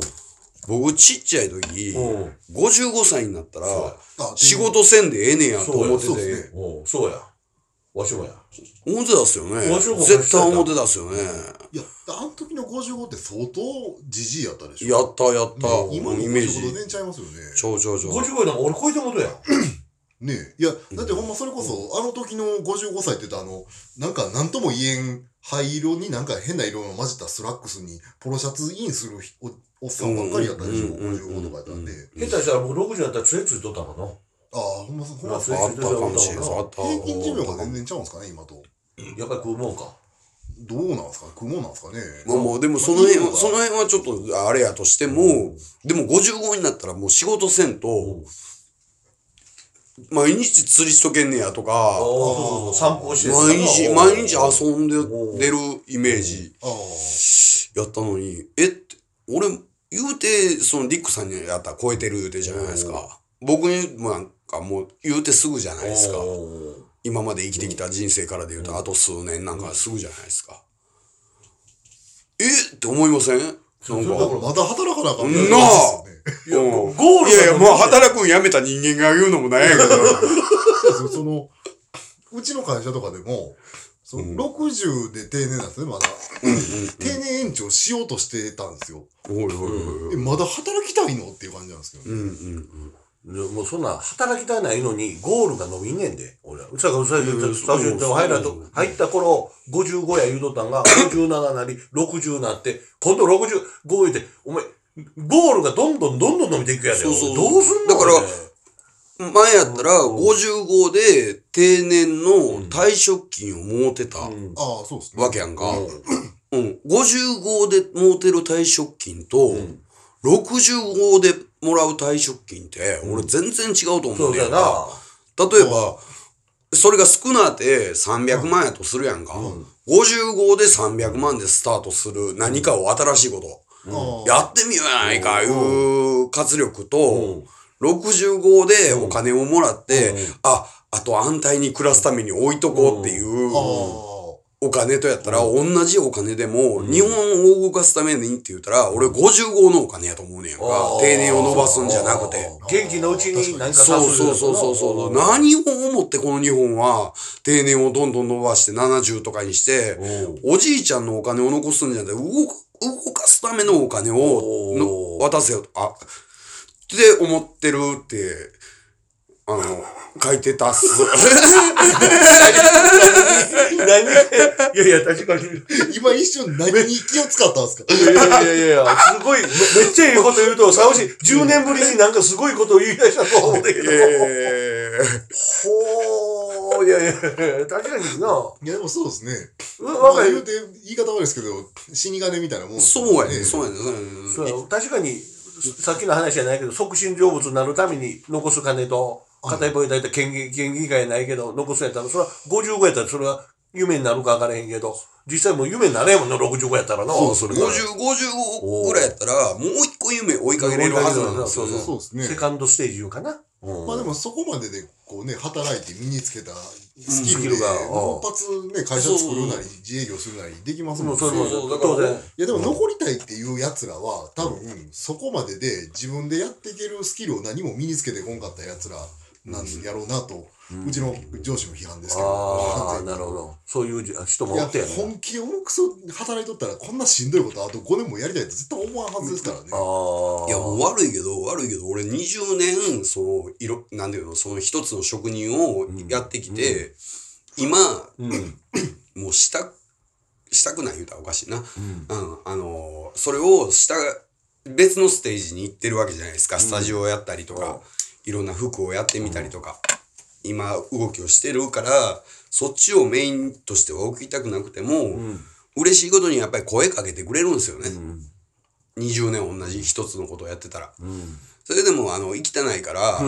僕ちっちゃい時うん、 55歳になったら、あ仕事せんでええねんやと思ってそうやて、おうそうや。わしもや。思ってたっすよね面白い。こと絶対思ってたっすよね。いや、あの時の55って相当じじいやったでしょ。やったやった。今のイメージ。 55年ちゃいますよね。ちょうちょうちょう。 55位なんか俺超えてもとや。ねえ。いや、だってほんまそれこそ、あの時の55歳って言ったらあの、なんか何とも言えん灰色になんか変な色の混じったスラックスにポロシャツインするおおっさんばっかりやったでしょ、うんうん55とかやったんで。下手したら僕60になったら杖ついとったもんな。ああ、ほんまそほんままあそそううやあったかもしれない。あった。平均寿命が全然ちゃうんですかね、今と。やっぱり食うもんか。どうなんですか雲なんですかね。まあもう、でもその辺まは、あその辺はちょっとあれやとしても、でも55になったらもう仕事せんと、毎日釣りしとけんねやとかああ、、そうそうそう、散歩して毎日、おう毎日遊んでおう出るイメージああ。やったのに、えって、俺、言うて、そのリックさんにやったら超えてる言うてじゃないですか。僕にもなんかもう言うてすぐじゃないですか。お今まで生きてきた人生からで言うと、あと数年なんかすぐじゃないですか。えって思いませんなんか。だからまた働かなあかったなあゴうんゴールいやいはや、もう働くんやめた人間が言うのもなんやけど。そうその、うちの会社とかでも、その60で定年なんですね、まだ。定年延長しようとしてたんですよ。おいおいおいおいえ、まだ働きたいのっていう感じなんですけどね。うんうん。いやもうそんな働きたいないのにゴールが伸びんねんで俺はうちらがうちらうんスタジオに入らそとう入った頃55や言うとったんが57なり60なって今度65言うてお前ゴールがどんどんどんどん伸びていくやでそうそうどうすんのだから俺前やったら、55で定年の退職金を儲てたうんああ、そうですね。わけやんか。うん。55で儲てる退職金と、65でもらう退職金って、俺全然違うと思そううんだだよよなな。例えば、それが少なって300万やとするやんか。55で300万でスタートする何かを新しいこと。ああやってみようやないか、いう活力と、65でお金をもらって、あ、あと安泰に暮らすために置いとこうっていうああお金とやったら、同じお金でも、日本を動かすためにって言ったら、俺55のお金やと思うねやんかあー。定年を伸ばすんじゃなくて。元気のうちに何かそうさすそうそうそうそう。な何を思ってこの日本は定年をどんどん伸ばして70とかにして、おじいちゃんのお金を残すんじゃなくて動く動かすためのお金をのおー渡せよと、あ、って思ってるって、あの、書いてた っす。 何いやいや、確かに。い今一瞬何に気を使ったんですかやいやいやいや、すごい、めめっちゃいいこと言うと、サウシ、10年ぶりになんかすごいことを言い出したと思うんだけど。えほー、いやいや、確かにな。ういや、でもそうですね。まわあか言うる。て、言い方悪いですけど、死神みたいなもん、ーそうやね、う。そうやね、そうやね。そう確かに、さっきの話じゃないけど、促進成仏になるために残す金と、片一方だいた県議、県議会やないけど、残すやったら、それは55やったら、それは夢になるか分からへんけど、実際もう夢になれんもんな、65やったらな。そうれ50、が55ぐらいやったら、もう一個夢追いかけれるはずなんですよ。そうそうですねセ。カンドステージいうかな。うんまあでもそこまでで、こうね、働いて身につけたスキスキルルで、が一発ね、会社作るなり、自営業するなりできますもんね。それもそうだから当然。いやでも残りたいっていう奴らは多分そこまでで自分でやっていけるスキルを何も身につけてこんかった奴らなんやろうなと、うちの上司の批判ですけど。ああ、完全になるほど。そういうじ人いもおやってやね。本気で重くそ働いとったらこんなしんどいことあと5年もやりたいって絶対思わんはずですからね。ああ。いや、もう悪いけど、悪いけど、俺20年、その、いろ、なんていうの、その一つの職人をやってきて、今、うん。もうした、したくない言うたらおかしいな。うん。あの、それをした、別のステージに行ってるわけじゃないですか。スタジオをやったりとか、いろんな服をやってみたりとか、今、動きをしてるから、そっちをメインとしては置きたくなくても、嬉しいことにやっぱり声かけてくれるんですよね。20年同じ一つのことをやってたら。それでも、あの、生きてないから、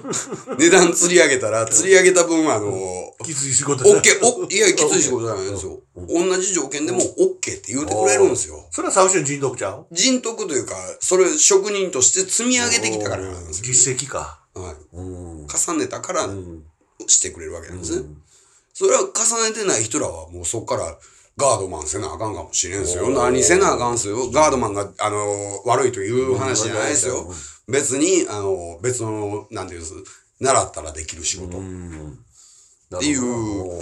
値段釣り上げたら、釣り上げた分、あの、きつい 仕事オッだケー、お、いや、きつい仕事じゃないですよ。同じ条件でもオッケーって言うてくれるんですよ。それは最初の人徳ちゃう人徳というか、それ職人として積み上げてきたからなんですよ。実績か。はい。うん。重ねたからしてくれるわけなんですね。それは重ねてない人らはもうそこからガードマンせなあかんかもしれんすよ。何せなあかんすよ。ガードマンが、あの、悪いという話じゃないですよ。別に、あの、別の、なんていうんです、習ったらできる仕事。っていう、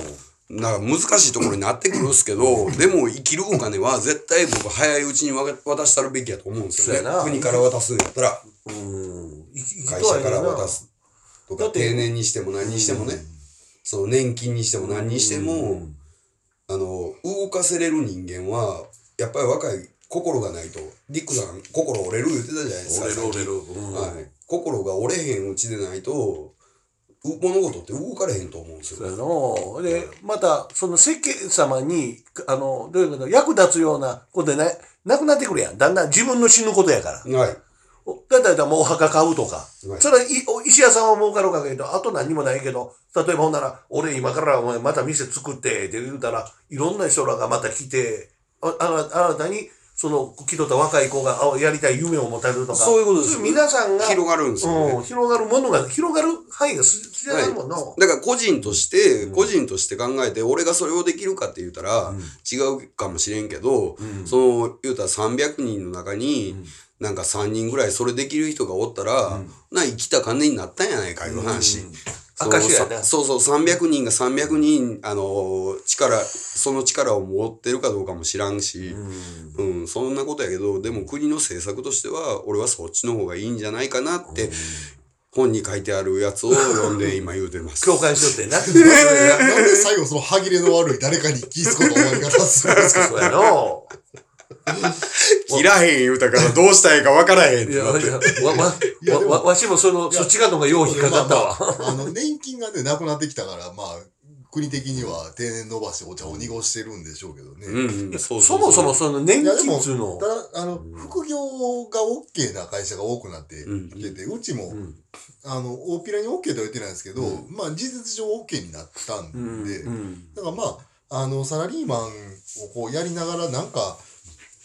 なんか難しいところになってくるんですけど、でも生きるお金は絶対僕早いうちにわ渡したるべきやと思うんですよねそうやな。国から渡すんやったら、会会社から渡。すとだか、って定年にしても何にしてもね、その年金にしても何にしても、あの、動かせれる人間は、やっぱり若い心がないと、リックさん心折れる言ってたじゃないですか。俺さるっき俺る。うんはい。心が折れへんうちでないと、う物事って動かれへんと思うんですよ。そうやので、また、その世間様に、あの、どういうこと、役立つようなことでな、なくなってくるやん。だんだん自分の死ぬことやから。はい。おだったらもうお墓買うとか。はいそれはいお石屋さんは儲かるかけど、あと何もないけど、例えばほんなら、俺今からお前また店作って、って言うたら、いろんな人らがまた来て、ああなあなたに、その、来とった若い子があやりたい夢を持たれるとか。そういうことですそ皆さんが、広がるんですよね。うん、広がるものが、広がる範囲がすすじゃないもんな。だから個人として、個人として考えて、俺がそれをできるかって言ったら、違うかもしれんけど、その、言うたら300人の中に、なんか3人ぐらいそれできる人がおったら、な、生きた金になったんやないかいう話。その証やねさそうそう、300人が300人、あのー、力、その力を持ってるかどうかも知らんし、うん、そんなことやけど、でも国の政策としては、俺はそっちの方がいいんじゃないかなって、本に書いてあるやつを読んで今言うて ます。共感しよってな。なんで最後その歯切れの悪い誰かに気づくこと思い方す るんですかそうやの。切らへん言うたからどうしたらいいかわからへんっていや、なって。わ、わいやで、もわ、わしもその、そっち側の方がよう引っかかったわ。まあまああの、年金がね、なくなってきたから、まあ、国的には定年伸ばしてお茶を濁してるんでしょうけどね。うん、そうそもそもその年いやで金もっつうのた。だあの、副業が OK な会社が多くなってうんきてて、うちも、んあの、大っぴらに OK とは言ってないんですけど、まあ、事実上 OK になったんで、うん。だからまあ、あの、サラリーマンをこうやりながらなんか、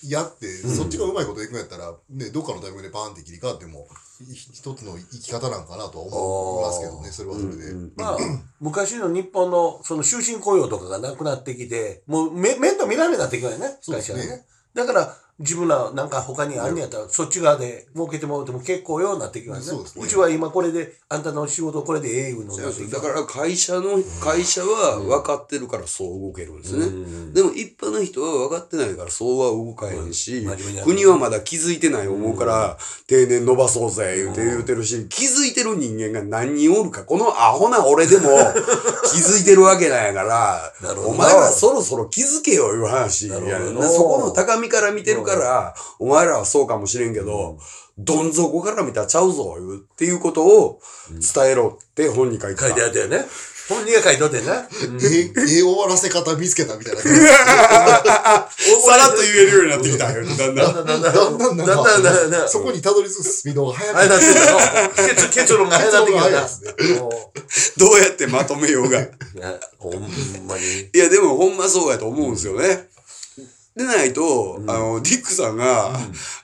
やって、そっちがうまいこといくんやったら、ね、どっかのタイミングでパーンって切り替わっても、い一つの生き方なんかなとは思いますけどね、それはそれで。まあ、昔の日本のその終身雇用とかがなくなってきて、もうめ面倒見られなってきたよね、そうで会す社ねはね。だから、自分らなんか他にあんねやったら、そっち側で儲けてもらっても結構ようなってきますね。そうですねうちは今これで、あんたの仕事これでええ言うのになってきだたから会社の、会社は分かってるからそう動けるんですね。うんでも一般の人は分かってないからそうは動かへんし真面目にや、る国はまだ気づいてない思うから、定年伸ばそうぜ言うて言うてるし、気づいてる人間が何人おるか、このアホな 俺でも気づいてるわけなんやからなるほ、どお前らそろそろ気づけよいう話やねんなるほなどそこの高みから見てるから、お前らはそうかもしれんけど、どん底から見たらちゃうぞ言うっていうことを伝えろって本に書いて書いたて。あったよね。本人が書いとってんな。え、え、終わらせ方見つけたみたいな感じ。さらっと言えるようになってきたよ、だんだん。だんだんだんだんだんなんかだんだんだんそこにたどり着くスピードが速あれくだなってんだの。結結論が早なってきたな。もどうやってまとめようが。いういやほんまに。や、でもほんまそうやと思うんですよね。でないと、あの、ディックさんが、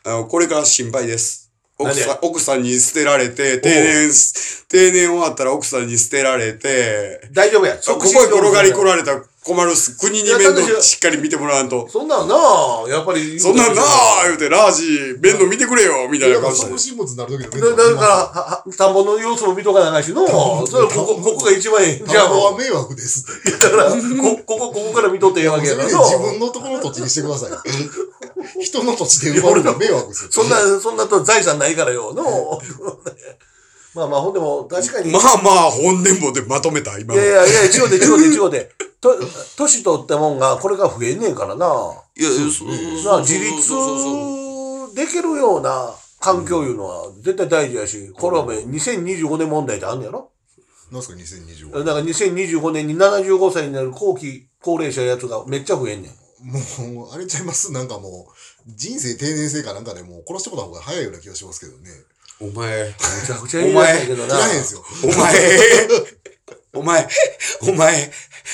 あの、これから心配です。奥さん何、奥さんに捨てられて、定年す、定年終わったら奥さんに捨てられて、大丈夫や。ここへ転がり来られたら困るっす。国に面いやだっ倒てしっかり見てもらわんと。そんなんなあ、やっぱり。そんなんなあ言うて、ラージ、面倒見てくれよみたいい。なだか感ら、じで即。身物になる時のだ面倒だから、はは田んぼの様子も見とかなあかんしの。それはここ、ここが一番ええんじじゃゃああ、もはう。迷惑ですって。だから、こ、 ここ、ここから見とってええわけせやかめらての。 自分のところの土地にしてください。 人の土地で埋まるのは迷惑ですよ。そんな、そんなと財産ないからよ。の。 まあまあ、ほんでも、確かに。まあまあ、本年簿でまとめた、今いの。やいいやいや、一応で、一応で、一応で。と、年取ったもんが、これが増えんねんからな。や、なそ自立できるような環境いうのは絶対大事やし、これはもう2025年問題ってあんのやろなんすか、2025。だから2025年に75歳になる後期高齢者やつがめっちゃ増えんねん。もう、あれちゃいますなんかもう、人生定年制かなんかでもう殺してもらった方が早いような気がしますけどね。お前。めちゃくちゃいいやつやけどいな。らへんすよ。お前、お前、お前、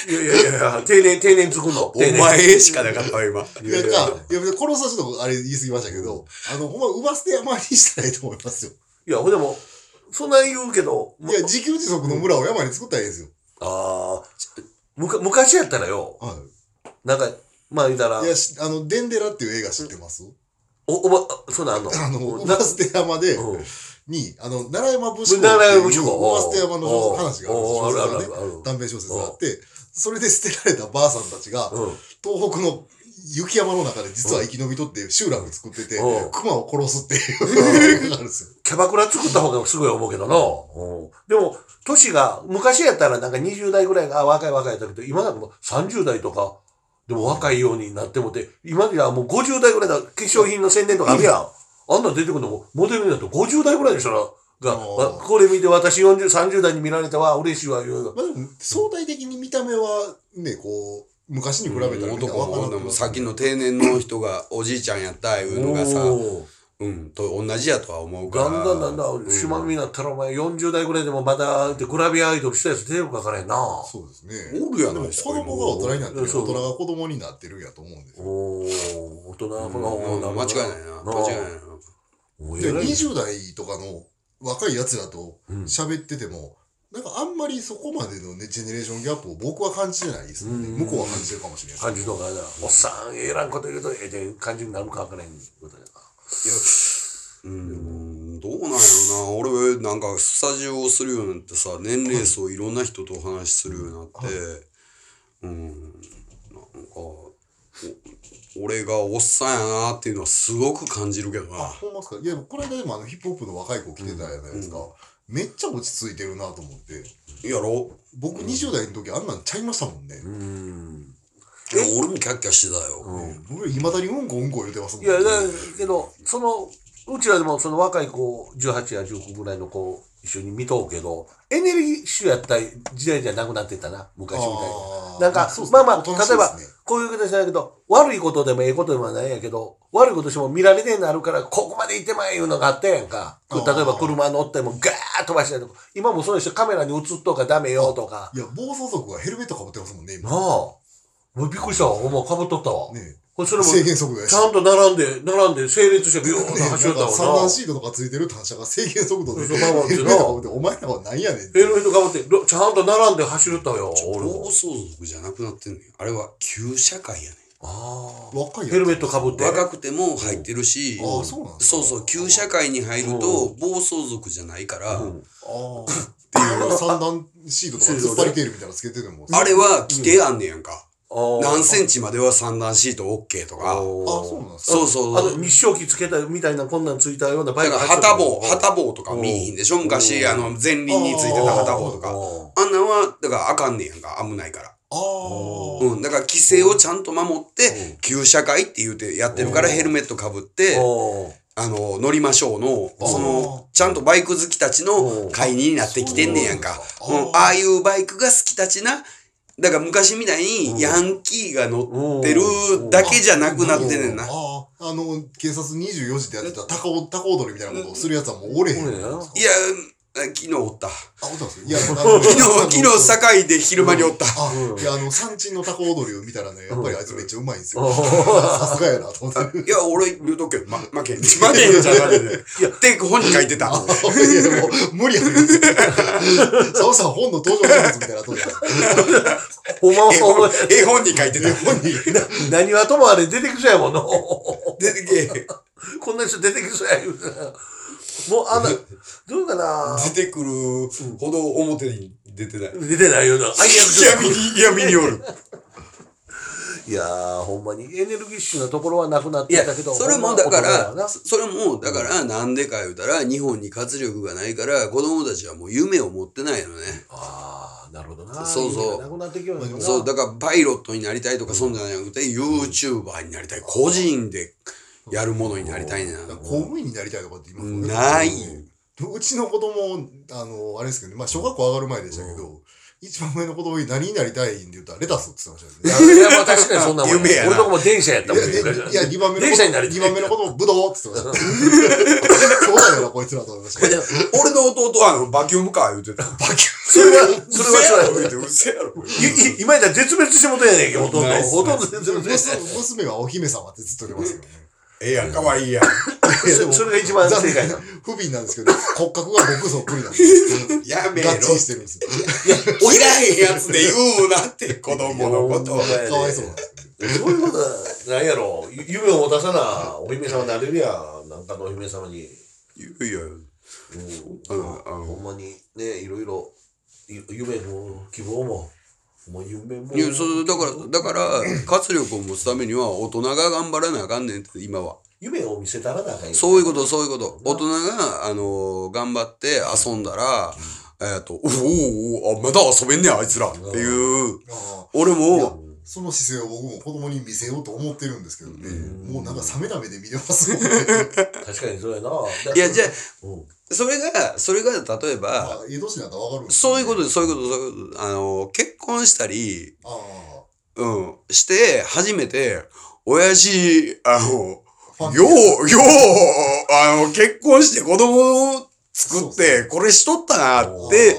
いやいやいや、定年、定年作 るの。お定年。前しかなかったわ、今。いや、いや、いや殺さちょっとあれ言い過ぎましたけど、あの、ほんま、産ませて山にしたらいいと思いますよ。いや、ほんでも、そんなん言うけど、いや、自給自足の村を山に作ったらいいですよ。ああ、むか昔やったらよ、はなんか、まあ言うたらい。い、や、しあの、デンデラっていう映画知ってますお、おば、あそんなんあんのあの、うん産ませて山で、うんに、あの、奈良山武士校って奈良いう山口湖。産ませて山の小説話があるんですよおーおーある小あ説るがあるね。短編小説があって、それで捨てられたばあさんたちが、うん。東北の雪山の中で実は生き延びとって集落作っててうん、熊を殺すっていう映画があるんですよ。キャバクラ作った方がすごい思うけどな。でも、年が、昔やったらなんか20代ぐらいがあ若い若いだけど、今なんかもう30代とか、でも若いようになってもて、今ではもう50代ぐらいだ、化粧品の宣伝とかあるやん。あんなん出てくるのも、モデルになると50代ぐらいの人らが、あーわこれ見て私40、30代に見られたわ、嬉しいわ、言う。 まあでも、相対的に見た目はね、こう、昔に比べたらみんな男若もなって女まもすさっきの定年の人がおじいちゃんやったいうのがさ、おーうん、と同じやとは思うから。だんだんだんだん、島見になったらお前40代ぐらいでもまだ、でグラビアアイドルしたやつ出るかわからへんな。そうですね。おるやないでもです子か供が大人になってる、大そう人が子供になってるんやと思うんですよ。おー大人はこのうん間違いないな。間違いないな。で、い20代とかの若い奴らとうん喋ってても、なんかあんまりそこまでのね、ジェネレーションギャップを僕は感じてないですよね。うん向こうは感じてるかもしれないです感じとかな、おっさん、ええらんこと言うと、ええで感じになるかわからへんことやな。うん、どうなんやろな。俺、なんか、スタジオをするようになってさ、年齢層いろんな人とお話しするようになって、うん、なんか、お俺がおっさんやなっていうのはすごく感じるけどあ、な。ほんまっすかいや、でもこの間でもあのヒップホップの若い子来てたじゃないですか。めっちゃ落ち着いてるなと思って。やろ僕20代の時あんなんちゃいましたもんね。うん。いや俺もキャッキャしてたよ。僕いまだにうんこうんこ言うてますもんいや、だけど、その、うちらでもその若い子、18や19ぐらいの子、一緒に見とうけど、エネルギッシュやった時代じゃなくなってったな、昔みたいに。あーなんかそうっす、ねまあまあ、おと例なしいえでばすね、こういう形だけど、悪いことでもええことでもないんやけど、悪いことしても見られてんなるから、ここまで行ってまえいうのがあったやんか。あ例えーば車乗ってもガーッ飛ばしたりとか、今もそうでしょ、カメラに映っとかダメよとか。いや、暴走族はヘルメットかぶってますもんね、今。なあ。もうびっくりしたわ。お前かぶっとったわ。ねこれそれも、制限速度やし。ちゃんと並んで、並んで、整列してビューンとね、なんか走ったわ三段な。シートとかついてる単車が制限速度でそうそうまあまあヘルメットかぶって、お前らは何やねんってヘルメットかぶって、ろちゃんと並んで走ったよ、俺暴も。走族じゃなくなってんねん。あれは旧社会やねん。あ若いあ。やつヘルメットかぶって。若くても入ってるし、ああ、そうなんですそうそう、旧社会に入ると暴走族じゃないから、ああ。っていう三段シートとか突っ張りテールみたいなのつけてても。あれは規定あんねやんか。ああ何センチまでは三段シート OK とか。あ、そうなんですか。そうそうあそのう。日照機つけたみたいなこんなんついたようなバイだクから、旗棒、旗棒とか見えひんでしょ昔、あの、前輪についてた旗棒とか。あんなんは、だからあかんねやんか。危ないから。ああ。うん。だから、規制をちゃんと守って、旧社会って言うてやってるから、ヘルメットかぶって、あの、乗りましょうの、その、ちゃんとバイク好きたちの会になってきてんねやんか。そううなんんだ、ああいうバイクが好きたちな、だから昔みたいにヤンキーが乗ってるだけじゃなくなってんねんな。ああ、あの、警察24時でやってた高尾、高尾踊りみたいなことをするやつはもうおれへん。あ、おったいや、ん昨日おった。ですよ。いや、昨昨日、昨日、堺で昼間におった。あ、いや、あの、山鎮のタコ踊りを見たらね、やっぱりあいつめっちゃうまいんですよ。さすがやな、と思って。いや、俺言うとくけど、ま、負けん。負けんじゃなく て。いや、テイク本に書いてた。いや、もう、無理やねん。 サオさん本の登場人物みたいなとこやおま絵お本前、絵本に書いてた。本に。何はともあれ出てきそうやもんの。 出てけ。こんな人出てきそうや言うてもうあん な、どうかな出てくるほど表に出てない。出 てないような。暗躍闇に、闇におる。いやー、ほんまにエネルギッシュなところはなくなっいてや、たけど。それもだかほんまはら、男そそれもだから、なんでか言うたら、日本に活力がないから、子供たちはもう夢を持ってないのね。はなあー、なるほどな。そうそう意味がなくなってきようねんなそう、だからパイロットになりたいとか、そんなんじゃなくて、YouTuber になりたい。個人でやるものになりたいねん公な。務員になりたいとかって今、ない。うちの子供、あの、あれですけどね、まあ、小学校上がる前でしたけど、一番上の子供に何になりたいんで言ったら、レタスって言ってましたよね。いや、まあ確かにそんなもん。夢やな俺とこも電車やったもん。いや、2番目の電車になりたい2番目の子供、ブドウって言ってました。そうだよな、こいつらと思いましたけど。俺の弟はあの、バキュームカー言う てた。バキュームそれは、それはそれは。言うて、うせやろ。いい今やったら絶滅してもとやねんけ、ほとんど。ほとんど絶滅して娘娘はお姫様ってずっと出ますよね。ええやん、かわいいやん。そそれが一番正解だ。不憫なんですけど、骨格が僕そっくりなんですよ。やめろガ。ッチリしてるんですよ。おいらへんやつで言うなって、子供のことを。かわいそうなんですけど。そういうことはなんやろ。ゆ夢を持たさな、お姫様になれるやん。なんかのお姫様に。言うよ。うん、ほんまに、ね、いろいろ、ゆ夢も希望も、もう夢も。いや、そう、だから、だから、活力を持つためには大人が頑張らなあかんねんって、今は。夢を見せたらなあかんよそういうこと、そういうこと。大人が、あのー頑張って遊んだら、えっと、うおうおうあ、まだ遊べんねん、あいつら。っていう、ああ俺いやも、その姿勢を僕も子供に見せようと思ってるんですけどね。もうなんか冷めた目で見てますもんね。確かにそうやな。だいや、じゃあうんそれが、それが、例えまば、あ江戸市なんかわかるんですけどそういうことです、そういうこと、そういうこと。あのー結婚したり、ああ。うん、して、初めて、親父、あの、ファンよう、よう、あの、結婚して子供を作って、これしとったなって、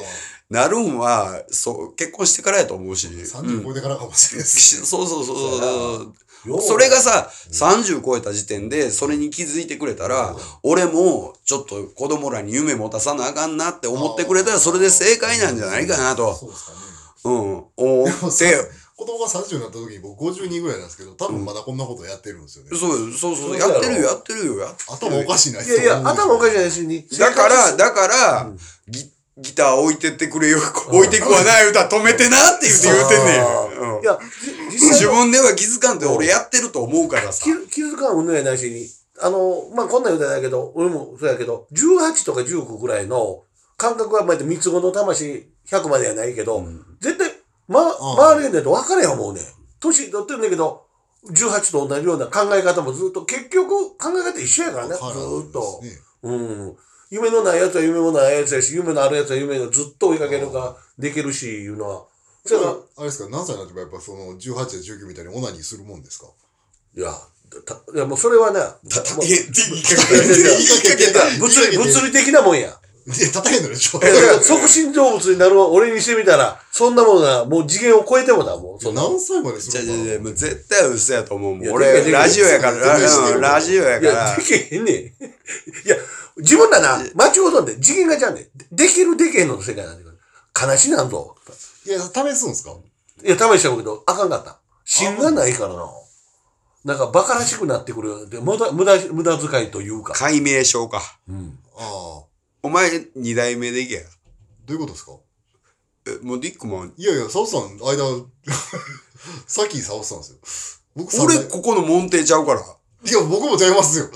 なるんは、そう、結婚してからやと思うし。 30超えてからかもしれないでしす。そうそうそうそうやそう。ようそれがさ、30超えた時点で、それに気づいてくれたら、俺も、ちょっと子供らに夢持たさなあかんなって思ってくれたら、それで正解なんじゃないかなと。そうですかね。うん。思っもて、子供が30になった時に僕52ぐらいなんですけど、多分まだこんなことやってるんですよね。そうそうそう、そうやだろってるよ、やってるよ、やってるよ。頭おかしいな。いやいや、頭おかしいないしに。だから、だから、ギギター置いてってくれよ、 置いてくわな、言うたら止めてなって言って言うてんねんうんい。や、じ実際自の分では気づかんって俺やってると思うからさ。気気づかん運動やないしに、あの、まあ、こんなん言うたらやけど、俺もそうやけど、18とか19ぐらいの感覚は、まあ、三つ子の魂100までやないけど、絶対、ま、周りやねんと分かれへん思うねん。年取ってるんだけど、18と同じような考え方もずっと、結局考え方一緒やからね、ずーっと。うん。夢のないやつは夢もないやつやし、夢のあるやつは夢をずっと追いかけるができるし、いうのは。だだかからら、あれですか、何歳になってもやっぱその18や19みたいにオナニーするもんですかいや、たいやもうそれはね、もういや、言い かいやいやいやけた。言いかけ物理、物理的なもんや。いや、叩けんのでしょ。いやだから促進動物になる俺にしてみたら、そんなものはもう次元を超えてもだ、もう。そんな何歳まですた。るじゃのじかゃもう絶対嘘やと思うもん。いやで俺、きるラジオやかできるら、できるうんラジオやいかやら、。でけへんねん。いや、自分らな、間違うとんで、次元がちゃうねん。でできるでけへんのの世界なんだけど、悲しいなんぞ。いや、試すんですかいや、試したけど、あかんかった。芯がないからな。なんか馬鹿らしくなってくるようになって、無駄、無駄、無駄遣いというか。解明しようか。うん。ああ。お前、二代目でいけや。どういうことですかえ、もうディックマン、いやいや、サオさん、間、 さっきサオさんですよ。僕俺三代ここの門弟ちゃうから。いや、僕もちゃいますよ。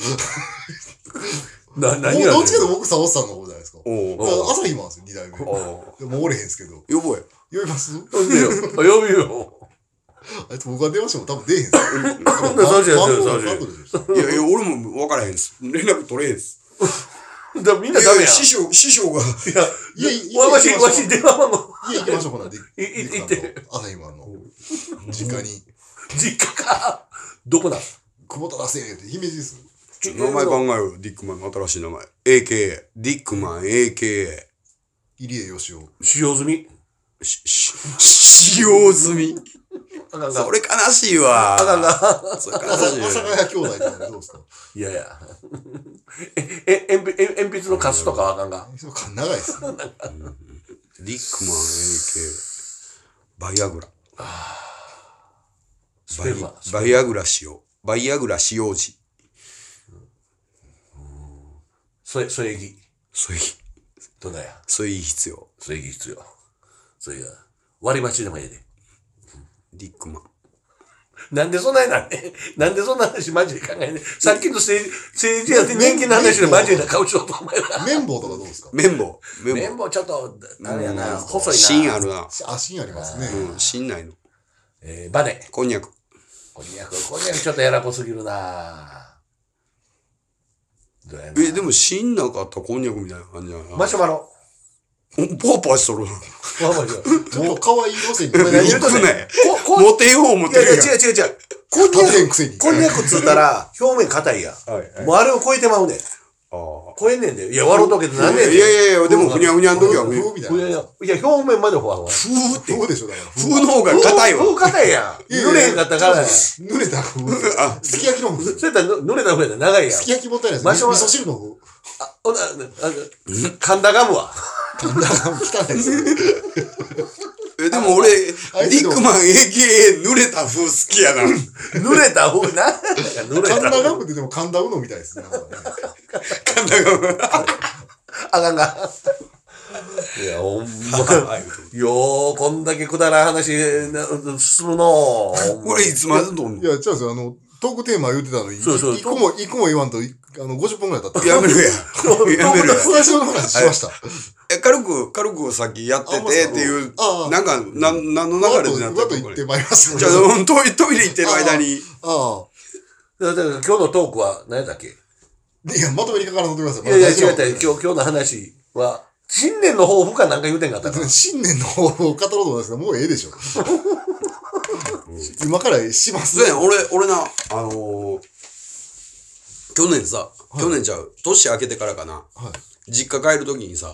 な、何僕どやねっんちかというと僕、サオさんの方じゃないですか。だおかう。ら朝日マンですよ、二代目。おう。でもおれへんすけど。呼ぼうや。呼びます呼びよ。呼びよ。あいつ僕が電話しても多分出えへんすよ。 んなサオシやって番号るサオシ番号ですよいやいや、俺も分からへんです。連絡取れへんです。だからみんいなやダメいや、や師匠、師匠が、いや、いやいやわわし、行きましょうわし、電話番号、家行きましょう、ほな。で いい行って。朝日マンの実家に、実家か。どこだ久保田出せって、姫路です。名前考えようよ、ディックマンの新しい名前。AKA。ディックマン AKA。入江義雄。使用済み。し、し、使用済み。あかんかそ。れ悲しいわ。あかんか。それ悲朝しい朝わ。ヶ谷兄弟ってどうですかいやいや。え、え、鉛筆え鉛筆のカスとかはあかんか。それ長いですね。ディックマン AKA。バイアグラ。スバペイルは。バイアグラ使用。バイアグラ使用時。そ、そえぎ。そういう、どんなや。そういう必要。そえぎ必要。それが、割り箸でもええで。ディックマン。なんでそんなになん ねなんでそんな話マジで考えねさっきの政治、政治やって人気の話でマジな顔しようとお前ら。綿棒とかどうですか綿棒。綿棒綿。棒ちょっと、あれやな、細い芯な。あるな。あ、芯ありますね。うん、芯ないの。えー、バネ。こんにゃく。こんにゃく、こんにゃくちょっとやらこすぎるなどうやねえ、でも芯なかったらこんにゃくみたいな感じじゃないマシュマロ。うんパーパーしとるな。マシュマロちょっと可愛い路線に。何言う行とんねんくね。こ、こ、モテよう思っいやているやや、ん。違う違う違う。こんにゃ立てんく、くせに。こんにゃくつったら、表面硬いやん。もうあれを超えてまうねん。あー超えんねんで。いや、笑うとけてなんいねんやで。いやいや、でもふにゃふにゃの時はふにゃ風みたいいな。やいや、いや、表面までほわほわ。ふーって。風でしょ、だから。風の方が硬いわ。風硬いや ん。濡れへんかったからやん。そ濡れた風。あすき焼きの風。すうやったら濡れた風やったら長いやん。き焼きもったいないです。マ味シュマロ噌汁の風。あ、ほな、あの、噛んだガムは。汚い ですね。え、でも俺、あいデつィのックマン AKA 濡れた風好きやな。濡れた風な。濡れた神田風。ガムってでも神田うのみたいですね。なんかね神田が。あかんが。いや、ほんま。よう、こんだけくだらん話な進むのう。これいつまで飲んいのや、違うんですよ。あの、トークテーマ言うてたのに、そうそう一個も、一個も言わんと、いあの、50分ぐらい経った。 やめろや。やめろや。最初の話しました。え、軽く、軽くさっきやっててっていうあ、なんか、なん、なんの流れになうっまたのくこ言っれてまいりましたじゃあ、うんトイレ、トイレ行ってる間に。あだから今日のトークは何やったっけいあ。いや、まとめにかからんとってください。やいや、まだ大丈夫違ったよ。今日、今日の話は、新年の抱負かなんか言うてんかったかな。新年の方を語ろうと思いますが、もうええで しょ。今からしますそうやねん俺、俺な、あのー、去年さ、去年ちゃう、年明けてからかな、実家帰るときにさ、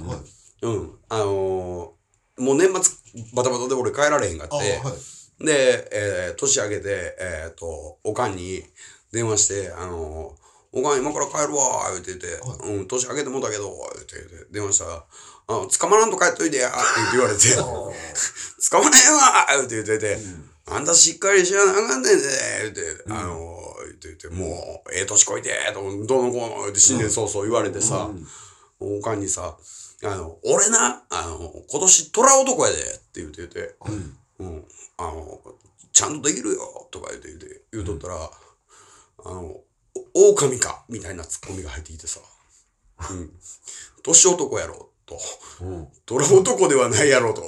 うん、あのー、もう年末バタバタで俺帰られへんかって、ああ、はい。で、えー年明けて、えっ、と、おかんに電話して、あのー、おかん今から帰るわー、言ってて、うん、年明けてもうたけど、言って言って電話したら、あの、捕まらんと帰っといてやーって言われ て、捕まらへんわー、言って言ってて、あんたしっかりしなあかんねんで、言って、あのー、言って言って、もう、ええ年こいて、と、どうのこうの、言って新年早々言われてさ、おかんにさ、あの、俺な、あの、今年虎男やで、って言うて言うて、うん、あの、ちゃんとできるよ、とか言うて言うて、言うとったら、あの、お狼か、みたいなツッコミが入ってきて さ、うん、年男やろ、と、虎男ではないやろ、と。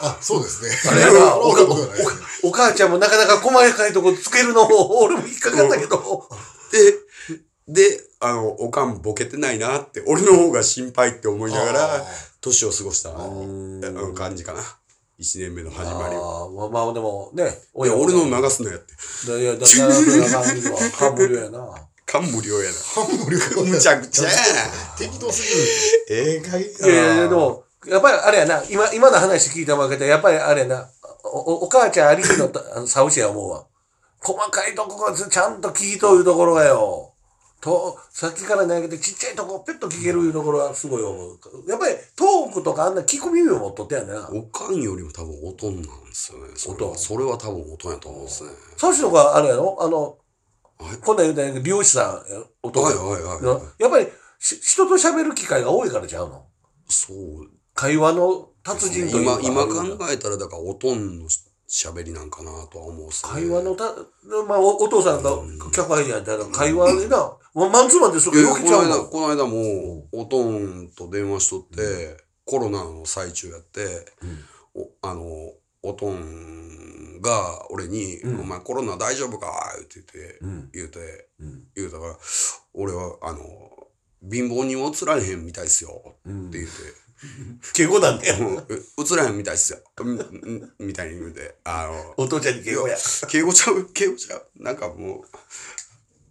あ、そうですね。あれやな俺のことじゃないですね。お母ちゃんもなかなか細かいとこつけるの、俺も引っかかったけど。で、で、あの、おかんボケてないなって、俺の方が心配って思いながあーら、年を過ごした、あーの感じかな。一年目の始あまりは。あまあまあでもね、いや、俺の流すのやって。だいや、だだだだ感無量やな。感無量やな。 半分無料むちゃくち ゃや適当すええかいいやいや、でも、やっぱりあれやな、今、今の話聞いたわけで、やっぱりあれやな、お、おお母ちゃんありきのたあのサウシや思うわ。細かいとこがずちゃんと聞いというところがよ。と、さっきから投げてちっちゃいとこをペッと聞けるいうところはすごい思う。やっぱりトークとかあんな聞く耳を持っとったやんな。おかんよりも多分音なんですよね。それは音それは多分音やと思うんですね。サウシとかあれやろあの、こんなん言うたらええけど美容師さんやろ、男はいやろはいはいなはい。やっぱりし人と喋る機会が多いからちゃうのそう会話の達人という今か。今考えたらだからおとんの喋りなんかなとは思うっすね会話のた、まあ、おお父さんが客入りやったら会話でな、まあマンツーマンですいぐやいやよこけちのゃう間の。この間もおとんと電話しとって、コロナの最中やって、おあのおとんが俺に「うんお前コロナ大丈夫か?」って言って、うん言うてうん言うたから「俺はあの貧乏人移られへんみたいっすよ」うんって言うて。敬語なんだ よ。うん映らへんみたいっすよ。うんうんみたいに言うて。あの、お父ちゃんに敬語や。敬語ちゃう、敬語ちゃう。なんかも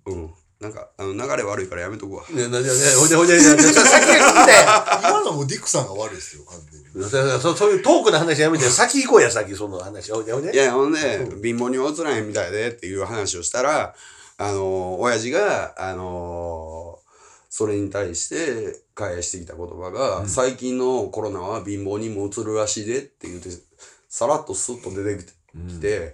う、うん。なんか、あの、流れ悪いからやめとくわ。ね、な、な、な、ほいでほいで、な、な、さ先へ行くんだよ今のはもうディクさんが悪いですよ、完全に。だからそそういうトークの話やめて、先行こうや、先、その話。ほいでほいいで。や、ほんで、貧乏に映らへんみたいでっていう話をしたら、あの、親父が、あの、それに対して返してきた言葉が、最近のコロナは貧乏にも映るらしいでって言って、さらっとスッと出てきて、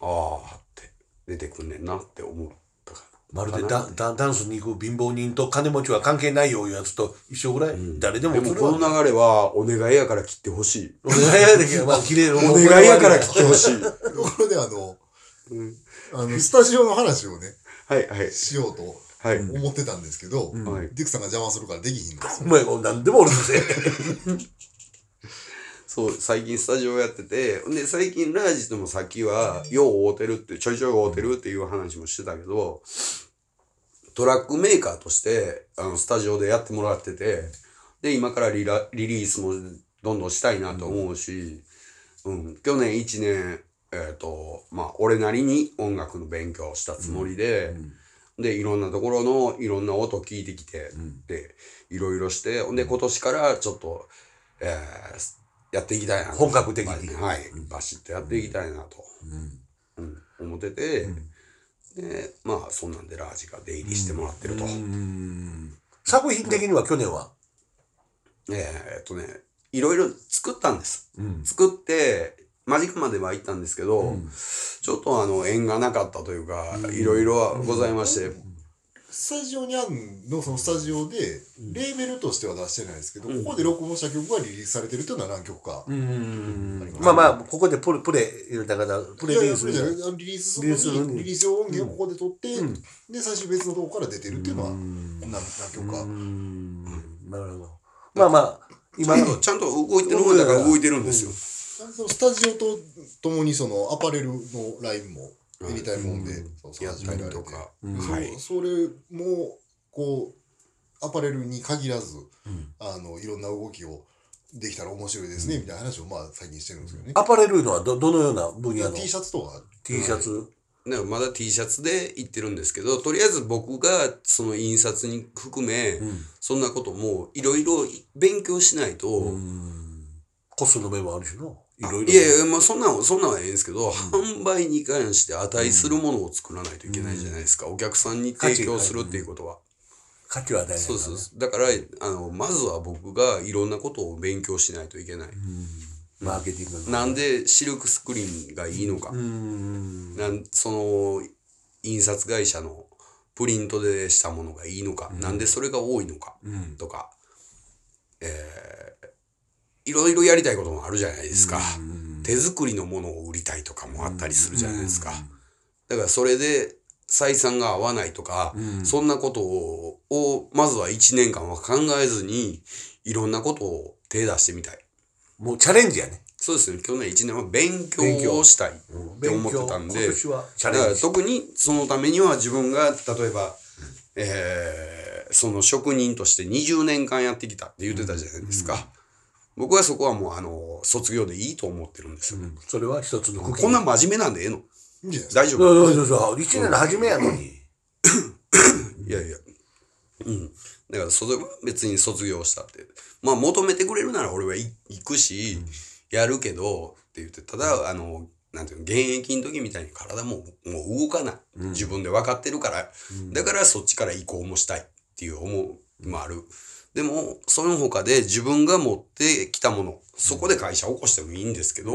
ああって、出てくんねんなって思ったから。まるでダンダンダンスに行く貧乏人と金持ちは関係ないよ、いうやつと一緒ぐらい、誰でもで来もるこわ。の流れはお願いやから切ってほし い。お願いやできる。まあ、綺麗おお願いやから切ってほしい。はところであの、あの、スタジオの話をね、いはい。しようとはい。思ってたんですけど、はいディクさんが邪魔するからできひんのですおよ。前、何でも俺のせい。そう、最近スタジオやってて、で、最近ラージとも先は、よう合うてるって、ちょいちょい合うてるっていう話もしてたけど、トラックメーカーとして、あの、スタジオでやってもらってて、で、今からリラリリースもどんどんしたいなと思うし、うん、去年1年、えっ、と、まあ、俺なりに音楽の勉強をしたつもりで、で、いろんなところのいろんな音を聞いてきて、で、いろいろして、ほんで、今年からちょっと、えーやっていきたいなと本格的にはい。バシッとやっていきたいなと、うん思ってて、で、まあ、そんなんでラージが出入りしてもらってると。作品的には去年は。えーえっとね、いろいろ作ったんです。作って、間近までは行ったんですけど、ちょっとあの、縁がなかったというか、いろいろはございまして、スタジオにあんの、そのスタジオで、レーベルとしては出してないですけど、ここで録音した曲がリリースされてるというのは何曲か。まあまあ、ここでプレ、プレ、だから、プいレやビいューやすそるれじじゃゃなないい。リリースすリるリースするののにに、リリース用音源をここで取って、で、最初別のとこから出てるっていうのは、何何曲か。なるほど。まあまあ、今、ちゃんとちゃんと動いてるもんだから動いてるんですよ。そのスタジオと共にそのアパレルのラインもエニタイムオンでそうそうやっ始ためりられてとか。そはい。それもこうアパレルに限らず、あのいろんな動きをできたら面白いですねみたいな話をまあ最近してるんですよね。アパレルのはど、どのような分野の T シャツとか T シャツ。だからまだ T シャツで行ってるんですけど、とりあえず僕がその印刷に含め、そんなこともいろいろ勉強しないと、コスの面もあるしの。いろいろ。いやいや、まあ、そんなん、そんなんはええんですけど、販売に関して値するものを作らないといけないじゃないですか。お客さんに提供するっていうことは。価値は大そ事うだそなうそう。だから、あの、まずは僕がいろんなことを勉強しないといけない。マーケティングの。なんでシルクスクリーンがいいのか。なんその、印刷会社のプリントでしたものがいいのか。なんでそれが多いのか。とか、えーいろいろやりたいこともあるじゃないですか。手作りのものを売りたいとかもあったりするじゃないですか。だからそれで採算が合わないとか、そんなことを、をまずは1年間は考えずに、いろんなことを手出してみたい。もうチャレンジやね。そうですね。去年1年は勉勉強強をしたいって思ってたん勉強今で、年はチだャかレンらジ。特にそのためには自分が、例えば、えーその職人として20年間やってきたって言ってたじゃないですか。僕はそこはもう、あの、卒業でいいと思ってるんですよ。それは一つの茎。こんなん真面目なんでええのいいんじゃないですか。大丈夫そうそうそうそう。一年の初めやのに。いやいや。うん。だから、それは別に卒業したって。まあ、求めてくれるなら俺はい行くし、やるけど、って言って、ただ、あの、なんていうの、現役の時みたいに体ももう動かない。自分で分かってるから、だからそっちから移行もしたいっていう思いもある。でも、その他で自分が持ってきたもの、そこで会社を起こしてもいいんですけど、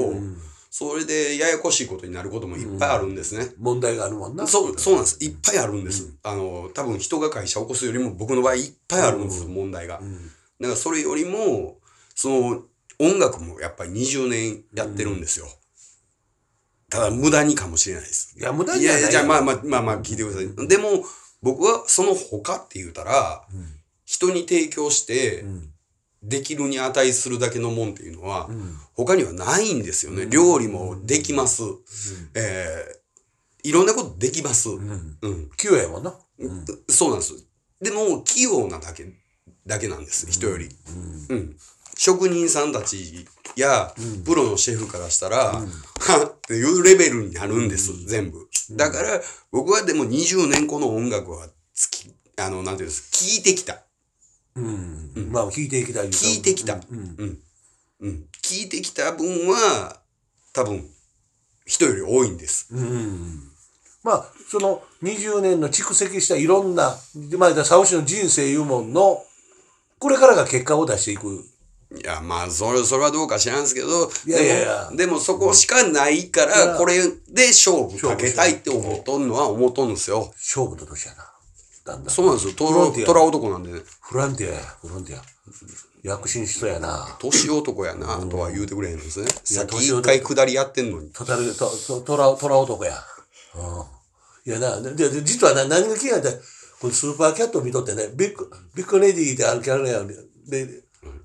それでややこしいことになることもいっぱいあるんですね。問題があるもんな。そう、そうなんです。いっぱいあるんです。あの、多分人が会社を起こすよりも僕の場合いっぱいあるんです、問題が。んだからそれよりも、その音楽もやっぱり20年やってるんですよ。ただ無駄にかもしれないです。いや無駄じゃないいやじゃあまあまあまあまあ聞いてください。でも僕はその他って言うたら、人に提供して、できるに値するだけのもんっていうのは、他にはないんですよね。料理もできます。えーいろんなことできます。うん器用やもんな。そうなんです。でも、器用なだけ、だけなんです、人より。うん。職人さんたちや、プロのシェフからしたら、はっっていうレベルになるんです、全部。だから、僕はでも20年この音楽は、つき、あの、なんていうんです、聞いてきた。うん。まあ、聞いていきたい。聞いてきた。うん。うん。うん。聞いてきた分は、多分、人より多いんです。うん。まあ、その20年の蓄積したいろんな、まあ、サオシの人生いうもんの、これからが結果を出していく。いや、まあ、それ、それはどうか知らんすけど、いやいやいやでも、でもそこしかないかいやら、これで勝負かけたいって思っとんのは思っとんですよ。勝負の年やな。だんだん。そうなんですよ。フロンティア虎男なんでね、フランティアや、フランティア。躍進しそうやな。年男やな、とは言うてくれへんのですね。いや先年一男回下りやってんのに。トタル、と、と、トラ、トラ男や。うん。いやな、で、で実はな、何が気になったこのスーパーキャットを見とってね、ビッグ、ビッグレディーであるキャラやんで、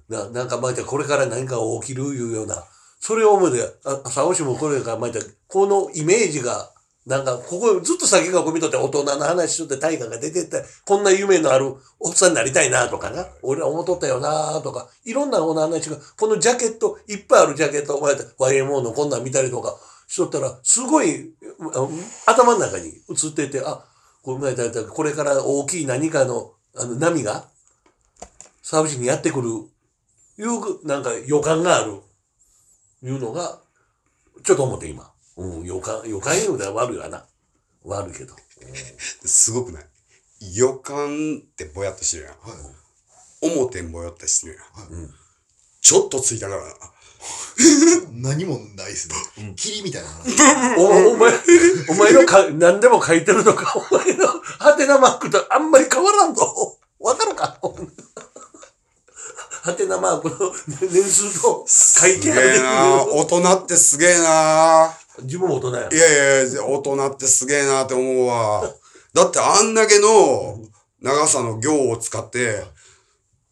な、なんかまあ、じゃあこれから何か起きるいうような、それを思うで、あ、サオシもこれからまあ、じゃあこのイメージが、なんか、ここ、ずっと先がこう見とって、大人の話しとって、大河が出てって、こんな夢のあるおっさんになりたいな、とかな。俺は思っとったよな、とか。いろんなお話が、このジャケット、いっぱいあるジャケット、お前、YMO のこんなん見たりとか、しとったら、すごい、あの頭の中に映ってて、あ、これだいたいこれから大きい何かの、あの、波が、サービスにやってくる、いう、なんか予感がある、いうのが、ちょっと思って今。うん、予感、予感言うのは悪いわな。悪いけど。すごくない予感ってぼやっとしてるやん。表んぼやっとしてるやん。ちょっとついたからな。何もないっすね。霧みたいな話。おお前、お前のか、何でも書いてるのか、お前のハテナマークとあんまり変わらんぞ。わかるかハテナマークの年数と書いすてげあるえな大人ってすげえな自分も大人やい。やいや、大人ってすげえなって思うわ。だってあんだけの長さの行を使って、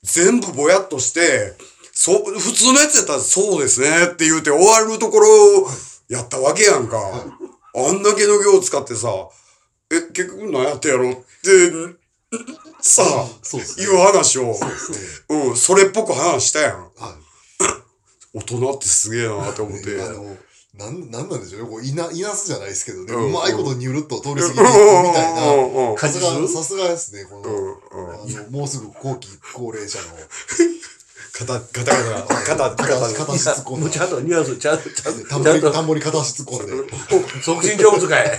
全部ぼやっとして、そう、普通のやつやったらそうですねって言うて終わるところをやったわけやんか。あんだけの行を使ってさ、え、結局何やってやろうって、さあ、そうっすねいう話を、そううん、それっぽく話したやん。はい。 大人ってすげえなって思って。あの、なん、なんなんでしょうね。こう、いな、いなすじゃないですけどね。うんうまいことニュルっと通り過ぎていくみたいな。うんうんうんさすが、さすがですね。こうの、んうんあの、もうすぐ後期高齢者の、肩、肩が、肩、片肩足、が。片足突っ込んもうちゃんで。とニュアンス、ちゃんと、ちゃんと、ち田ゃんんぼに、と田んぼに片足突っ込んで。促進上手かい。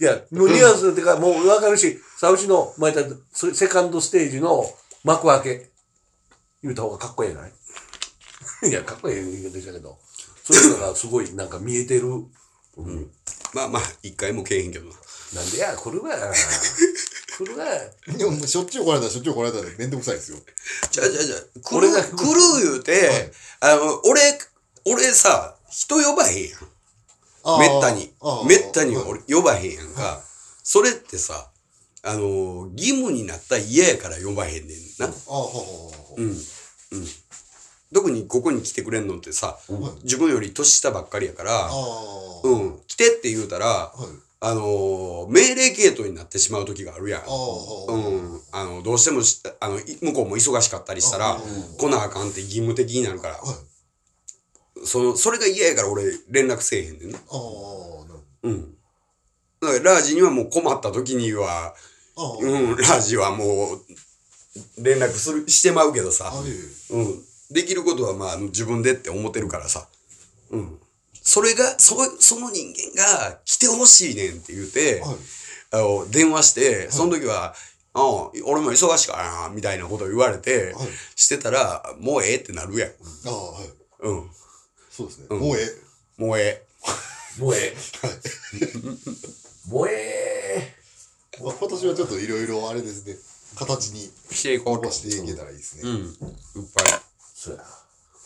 いや、もうニュアンスってか、もう分かるし、サウシの、前だセセカンドステージの幕開け、言うた方がかっこええない いや、かっこええ言い方でしたけど、そういうのがすごいなんか見えてる。まあまあ、一回もけえへんけどな。なんでや、これがやな。これがや。でも、しょっちゅう来られたらしょっちゅう来られたらめんどくさいですよ。じゃあじゃあじゃあ、来俺がる、来る言うて、あの、俺、俺さ、人呼ばへんやん。あーめったにあ。ーめったにはい俺呼ばへんやんか。それってさ、あの、義務になったら嫌やから呼ばへんねんな。ああ、はあはあは特にここに来てくれんのってさ、自分より年下ばっかりやから、あ。あうん、来てって言うたらあ。、はい。あのー命令系統になってしまう時があるやん。ああうん。あの、どうしてもしあの、い向こうも忙しかったりしたら、来なあかんって義務的になるから、はい。その、それが嫌やから俺連絡せえへんねんな。ああ、なるうん。だから、ラージにはもう困った時には、ほど。あうん、ラージはもう、連絡する、してまうけどさあ。、ああ、いえいえうん。できることはまあ、あの自分でって思ってるからさ、うん。それが、そ、その人間が来てほしいねんって言うて、はい。あの、電話して、その時は、うん、俺も忙しいからな、みたいなことを言われて、はいしてたら、もうええってなるやん。ああ、はい。うん。そうですね。んもうええ。もうええ。もうええ。もうえまあ今年はちょっといろいろあれですね、形にしていこうと残。していけたらいいですね。うん。いっぱい。そうやな。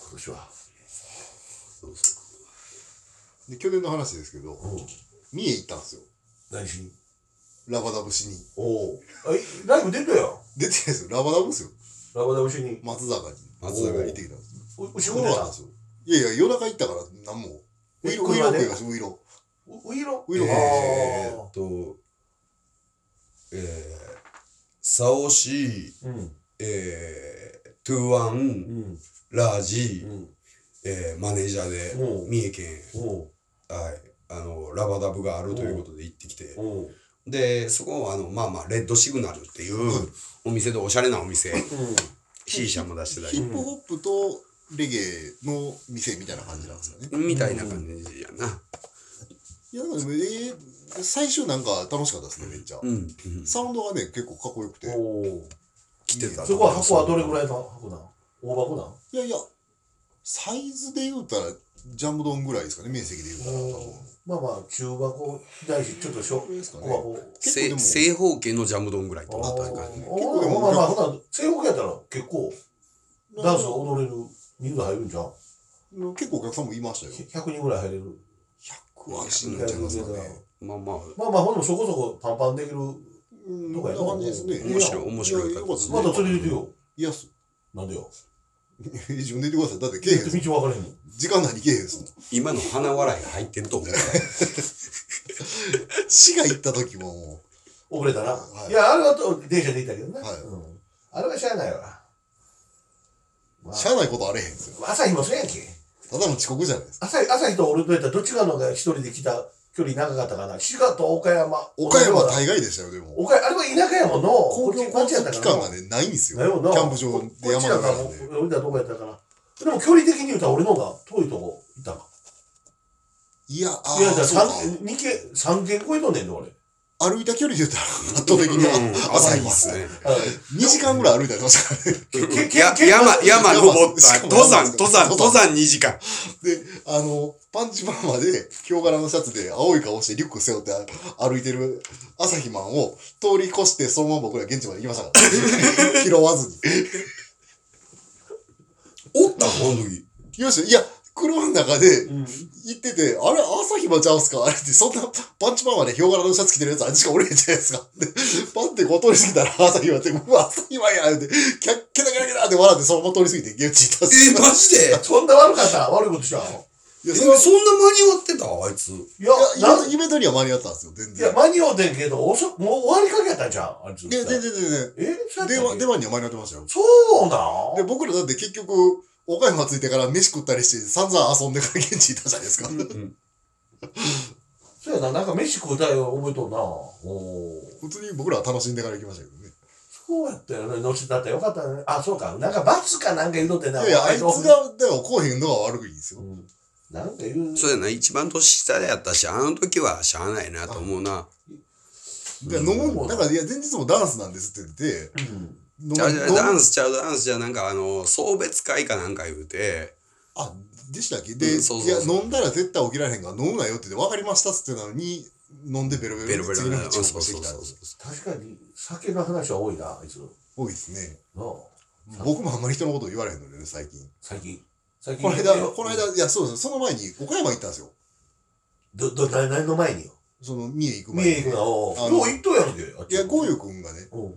今年は。で、去年の話ですけど、三重行ったんですよ。何しにラバダブしに。おお。え、ライブ出たよ。出てないですよ。ラバダブですよ。ラバダブしに。松坂に。松坂に行ってきたんですよ。う、うし夜ご中なんだで。すよ。いやいや、夜中行ったから、なんも。ウえイロ、ウイ車ロで食いました、ウイロ。う、ういろ。ウイロ食いましたえーっと、えー、サオシー、うん。えー、トゥワうン、ん。ラージうー、ん。えー、マネージャーで、うん三重県、おう。はい、あの、ラバダブがあるということで行ってきて、おう。で、そこはあの、まあまあ、レッドシグナルっていうお店でおしゃれなお店、うん。 C 社も出してたヒり、ップホップとレゲエの店みたいな感じなんですよね。みたいな感じやな。いや、でも、えー最初なんか楽しかったですね、めっちゃう。ん。うんサウンドがね、結構かっこよくて。おお。来てた。そこは箱はどれぐらいの箱なん大箱なんいやいや、サイズで言うたら、ジャンボドンぐらいですかね、面積で言うたら、多分。まあまあ、中箱、大し、ちょっと小これですかね小箱。結構でせも正方形のジャム丼ぐらいってことだったんかね。構でも、まあまあ、ほな、西北やったら結構、ダンス踊れる、みんな入るんじゃん結構お客さんもいましたよ。 ?100 人ぐらい入れる。 100はしんちゃいますかね。まあまあ、まあまあ、ほんでもそこそこパンパンできる。うん、そとかんやな感じですね。面白い面白いやよかったですねまた連れて行くよ。いや、そなんでよ。自分で言ってください。だって、けえへんすもん。道分かれへんもん。時間内にけえへんすもん。今の鼻笑いが入ってると思うから。市が行った時もも遅れたな。はいいや、あれはと電車で行ったけどね。はいうんあれはしゃあないわ。まう、あしゃあないことあれへんすよ。朝日もそうやんけ。ただの遅刻じゃないですか。朝日、朝日と俺とやったらどっちかのが一人で来た距離長かったかな。滋賀と岡山。岡山は大大概でしたよ、でも。岡山、あれは田舎やもんの。公公共交通機関がね、ないんですよ。なキいもんな。ャンプ場で山だだかからら。ねこっち。俺らどこやったから。でも距離的に言うたら俺の方が遠いとこ行ったんか。いや、ああいや、じー、ゃあそうか。三二軒、3軒超えとんねんで俺。歩いた距離で言ったら、圧倒的に朝朝い日いでっすすね。ね。 2時間ぐらい歩いたりましたからね。けけやけ山、山登っしかた。も登山、登山、登山登山2時間。で、あの、パンチママで、ヒョウ柄のシャツで、青い顔してリュック背負って歩いてる朝日マンを通り越して、そのまま僕ら現地まで行きましたから。拾わずに。おったこの時。よし、いや、車の中でうん。行ってて、あれ、朝日マンちゃうんすかあれって、そんなパンチママでヒョウ柄のシャツ着てるやつあっちしかおれへんじゃないですか。で、パンってこう通り過ぎたら朝日マンって、うわ、朝日マンやって、キャッキャタキャタキャタって笑って、そのまま通り過ぎて現地行ったんですえ、マジでそんな悪かった悪いことしたのいや、えそそんれなは間に合ってたあいつ。いや、いやなイベントイベントには間に合ったんですよ、全いや、然。間に合うてんけど、遅もう終わりかけやったんじゃん、あいつ。いや、全然全然。えそう電やった話、電っけ話には間に合ってましたよ。そうなで、ん僕らだって結局、岡山着いてから飯食ったりして、散々遊んでから現地行ったじゃないですか。そうやな、なんか飯食うたよ、覚えとんな。おー普通に僕らは楽しんでから行きましたけどね。そうやったよね、乗せたってよかったね。あ、そうか、なんか罰かなんか言うとっていな。やいや、あいつお前が、でもこうへんのが悪いんですうよ。んなんか言う。そうやな、一番年下やったし、あの時はしゃあないなと思うな。で、飲むも、だから、いや、前日もダンスなんですって言って、うん飲むちゃうちゃう、ダ飲むンスちゃう、ダンスじゃうなんかあの、送別会かなんか言うて、あ、でしたっけで、うんそういそうや、そう飲んだら絶対起きられへんから、飲むなよって言って、分かりましたっつってたのに、飲んでベロベベロロでベロ次な。のう日ん遅そう刻そうしてそうきたんそうです。確かに、酒の話は多いな、あいつ。な多いですね。あ僕もあんまり人のこと言われへんのでね、最近。最近。最近。この間、この間、いや、そうです。その前に岡山行ったんですよ。ど、ど、な何の前によ。その、三重行く見前に。え行くな、おあのーどう行っとんやんけ。あっいちや、こういうくんがね、うん。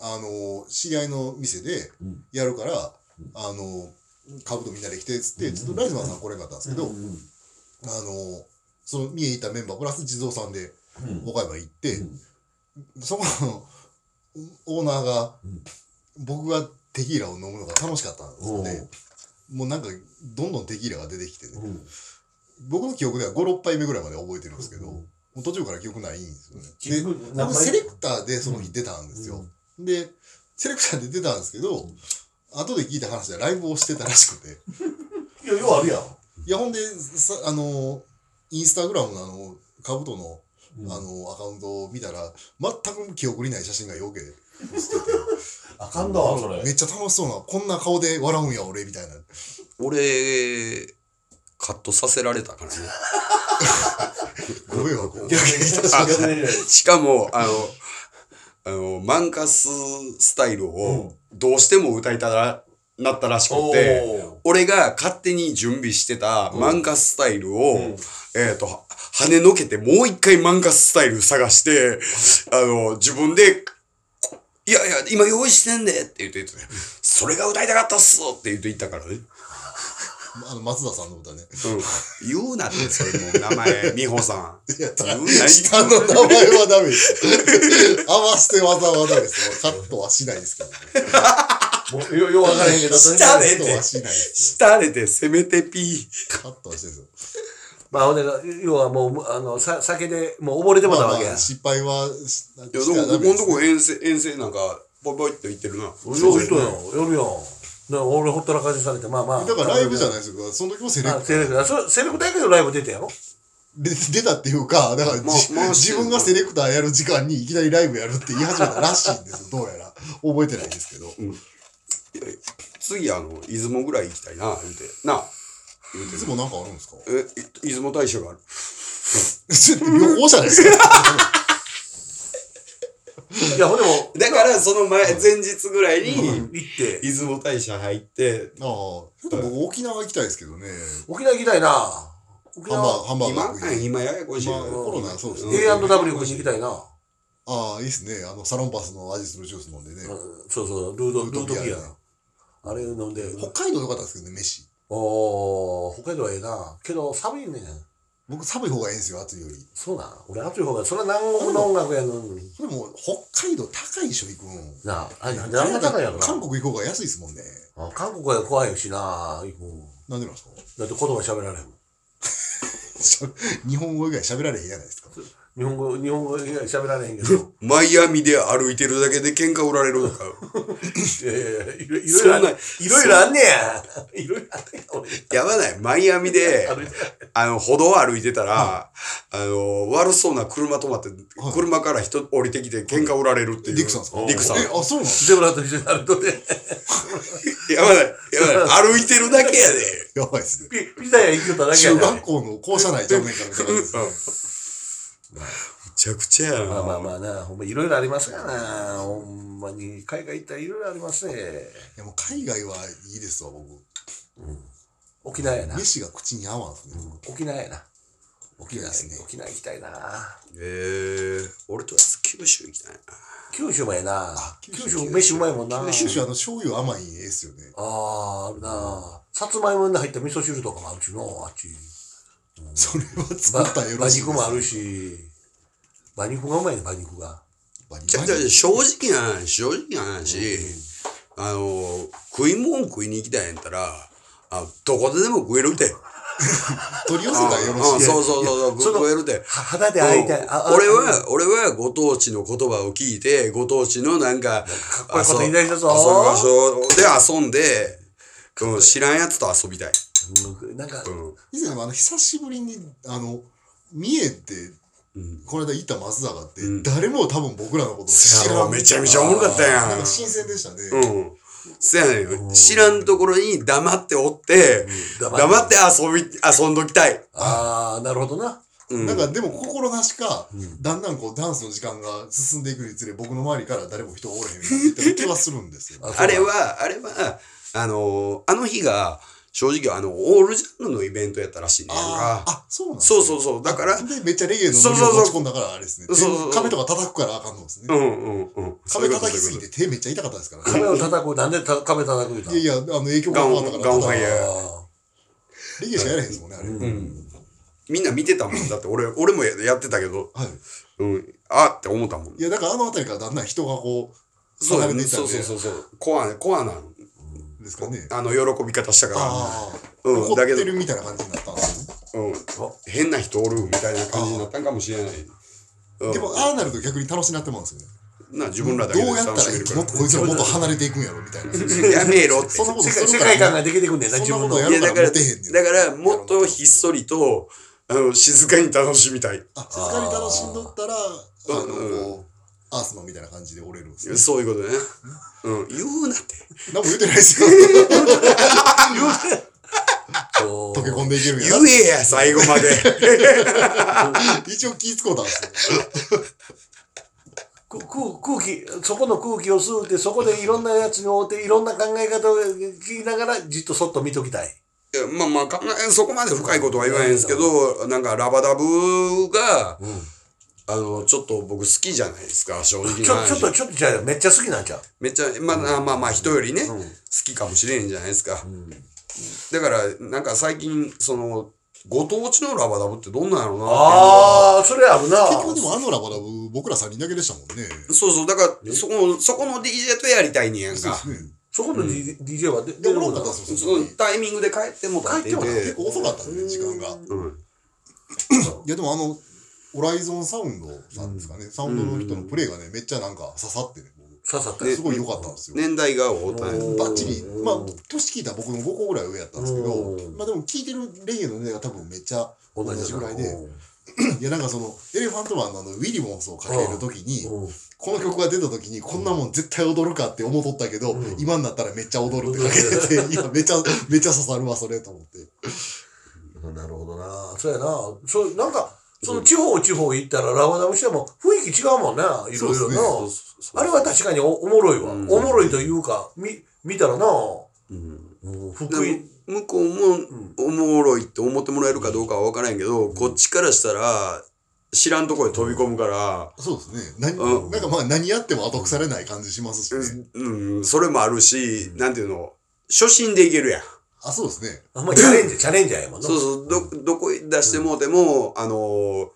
あの、知り合いの店でうんやるからうん、あの、株とみんなで来て、つって、うんちょっとライズマンさん来れんかったんですけど、あうんうんの、その三重行ったメンバー、プラス地蔵さんでうん岡山行って、んそこのオーナーがうん、僕がテキーラを飲むのが楽しかったんですよね。もうなんか、どんどんテキーラが出てきてね。うん僕の記憶では5、6杯目ぐらいまで覚えてるんですけど、うんもう途中から記憶ないんですよね。結局で、僕名前セレクターでその日出たんですよ。で、セレクターで出たんですけど、後で聞いた話でライブをしてたらしくて。いや、ようあるやん。いや、ほんで、さあの、インスタグラムのあの、カブトの、うんあの、アカウントを見たら、全く記憶にない写真がよけ写ってあかんだわ、それて、め。っちゃ楽しそうな、こんな顔で笑うんや、俺、みたいな。俺、カットさせられたからね。ご迷惑をおかけいたしまし た。しかも、あの、あの、満活スタイルをどうしても歌いたら、なったらしくて、俺が勝手に準備してた漫画スタイルを、えっ、と、は跳ねのけてもう一回漫画スタイル探して、あの、自分で、こいやいや、今用意してんでって言って言って、それが歌いたかったっすって言って言ったからね。あの、松田さんの歌ね。うん、言うなって、それもう名前、美穂さん。いや、下言うのな名前はダメです。合わせて技はダメです。カットはしないですけど。もうよようわから へんけど、とにダかくメカってットはしないですしたれて、せめてピー。よ。カットはしてるんですよ。まあ、ほんで、要はもう、あの、さ酒で、もう溺れてもたまあわまけやあ、。失敗はし、いいや、でも、ここのとこ遠征、遠征なんか、ボイボイって言ってるな。よう人よ、よるよ。だから俺ほったらかしされて、まあまあ。だからライブじゃいないですよ。その時もセレあクセレクター。それセレクターやけどライブ出てやろで出たっていうか、だから、まじ回して自る分がセレクターやる時間にいきなりライブやるって言い始めたらしいんですよ。どうやら。覚えてないですけど。次、あの、出雲ぐらい行きたいな、言うて。なあ、言ういてつもなんかあるんですかえ、い出雲大社がある。ちょっと旅行じゃないです か。いや、ほんでも、だから、その前、前日ぐらいに、行って、出雲大社入って、ああ。ちょっと僕沖縄行きたいですけどね。沖縄行きたいな。沖ハンバー縄、ハンバーガ今ー食いに、今ややこしい今コロナそうですんね A&W 食いに行きたいな。ああ、いいですね。あの、サロンパスの味するジュース飲んでね。うんそうそう、ルード、ルルートートビアねビア。あれ飲んで。北海道良かったですけどね、飯。おー、北海道はええな。けど、寒いねん。僕寒い方がいいんですよ、暑いより。そうなん。俺暑い方が、それは南国の音楽やのに。それもう北海道高いでしょ、行くん。なあ、あれ、なんであんな高いんやろな。韓国行こうが安いですもんね。あ韓国は怖いしな。うんなんでなんですかだって言葉喋られへん。それ日本語以外喋られへんやないですか。日本語、日本語以外喋られ へんけど。マイアミで歩いてるだけで喧嘩売られるの かよ。いやいやいやいろいろあんねいろいろあんねや。いろいろあんねや。俺やばない。マイアミ で、歩いてあの、歩道を歩いてたら、あの、悪そうな車止まって、車から人降りてきて喧嘩売られるっていう。ディクさんですかディクさん。え、やあ、そうなんですゼブラと一緒に歩いとって。ばない。やばない。歩いてるだけやで。かやばいですね。ピピザ屋行きよっただけや中な学校の校舎内ちゃうねんからみたいな感じです。むちゃくちゃやな。まあまあまあな、ほんまいろいろありますからな。ほんまに、海外行ったらいろいろありますね。でも海外はいいですわ、僕。沖縄やな。飯が口に合わんすね。沖縄やな。沖縄ですね。沖縄行きたいな。えー、俺とりあえず九州行きたいな。九州もやな。九九州州飯うまいもんな。あ九州あの醤油甘い絵ですよね。あー、あるな。さつまいもに入った味噌汁とかもあるしの、あっち。それは作ばったらよ馬ろしいです肉もあるし。馬肉がうまいね、馬肉が。馬肉じゃじゃ正直な話、正直な話、あの、食い物食いに行きたいんやったら、あどこででも食えるって。取り寄せあたらよろしいあですそうそうそうそう、その食えるって。は肌で会いたい。ああ俺は、俺はご当地の言葉を聞いて、ご当地のなんか、かっこいいこと言い出したぞ遊び場所で遊んで、うん知らんやつと遊びたい。うんなんか、うん以前あの久しぶりにあの三重って、んこの間行った松坂って、うん誰も多分僕らのこと知いやらもんうめちゃめちゃおもろかったやんなんか新鮮でしたね、うん。そやねん。知らんところに黙っておって、うん黙って遊び、遊んどきたい。ああ、なるほどな。うん。なんかでも心なしか、だんだんこうダンスの時間が進んでいくにつれ僕の周りから誰も人おれへんみたいになってる気はするんですよああれは、あれは、あのーあの日が、正直あの、オールジャンルのイベントやったらしいねんあか。ーあそうなんそうそうそう。だから、でめっちゃレゲエのノリを持ち込んだからあれですねそうそうそう手壁とか叩くからあかんのですね、うんうんうん。壁叩きすぎて。て手めっちゃ痛かったですから、壁を叩く、なんでた壁叩く言うたんいやいやあの影響があったからガンガンファイヤーあレゲエしかやれへんですもんねあれ、うん。みんな見てたもん。だって俺、俺もややってたけど、はいうん。あーって思ったもんい。や、だからあの辺りからだんだん人がこう、そう離やね。れていったそんうそうでそうそう。コア、コアな、ですかね。あの、喜び方したかああ、うん怒っだけてどるみたいな感じになったんですよね。ら、うん。変な人おるみたいな感じになったんかもしれない。うんでも、ああなると逆に楽しなってまうんですよね。な、自分らだけでどうやった楽らしめるかもっとこいつらもっと離れていくんやろみたいな。そ ら。やめろって。んなこと世するか界世ら界観ができてくんねんな、そん自なこ分との。や いるやだかモら、テへんねんだからもっとひっそりと、あの、静かに楽しみたい。あ静かに楽しんどったら、あの、こう、アースマンみたいな感じで折れるんですよ。そういうことね。 うん、言うなって。何も言うてないですよ。こう 溶け込んでいけるんや言な。えや、最後ま で。一応気ぃ使うたんですよ。く空空気、そこの空気を吸うて、そこでいろんなやつに追って、いろんな考え方を聞きながら、じっとそっと見ときたい。いやまあまあ考え、そこまで深いことは言わないんですけど、なんかラバダブが、あの、ちょっと僕好きじゃないですか、正直ちなょ、ちょっと、話。ちょっとじゃあ、めっちゃ好きなんちゃうめっちゃ、まあまあまあ、人よりね、好きかもしれんじゃないですか。だから、なんか最近、その、ご当地のラバダブってどんなんやろうなっていうのはああ、それあるな。結局でもあのラバダブ、僕ら3人だけでしたもんね。そうそう、だから、そこの、そこの DJ とやりたいねんやんか。ねそこの D- DJ はでで出もなるもんんかだったんですよ、そそのの時タイミングで帰ってもたって帰っても結て、構遅かったんで、時間が。うん。いやでもあの、オライゾンサウンドさんですかね、サウンドの人のプレイがね、めっちゃなんか刺さってね、刺さった僕すごい良かったんですよ。年代が合うたんやバッチリ、まあ、年聞いたら僕の5個ぐらい上やったんですけど、まあでも聞いてるレゲエの年代が多分めっちゃ同じぐらいで、いやなんかその、エレファントマンのあのウィリモンスをかけるときに、この曲が出たときに、こんなもん絶対踊るかって思っとったけど、今になったらめっちゃ踊るってかけ てて、いや、めちゃ、めちゃ刺さるわ、それと思って。なるほどな。そうやな。そう、なんか、その地方地方行ったらラバダムしても雰囲気違うもんね。いろいそうろですねな。あれは確かにおおもろいわ。うんおもろいというか、み、見たらな。うんうんで福井。向こうもおもろいって思ってもらえるかどうかは分からんやけど、こっちからしたら知らんとこへ飛び込むから、そうですね。う何、んなんかまあ何やっても後腐れない感じしますしね、うん、それもあるし、なんていうの初心でいけるやん。あ、そうですね。あんまチャレンジ、チャレンジャーやもんな。そうそう、ど、どこへ出してもうても、あのー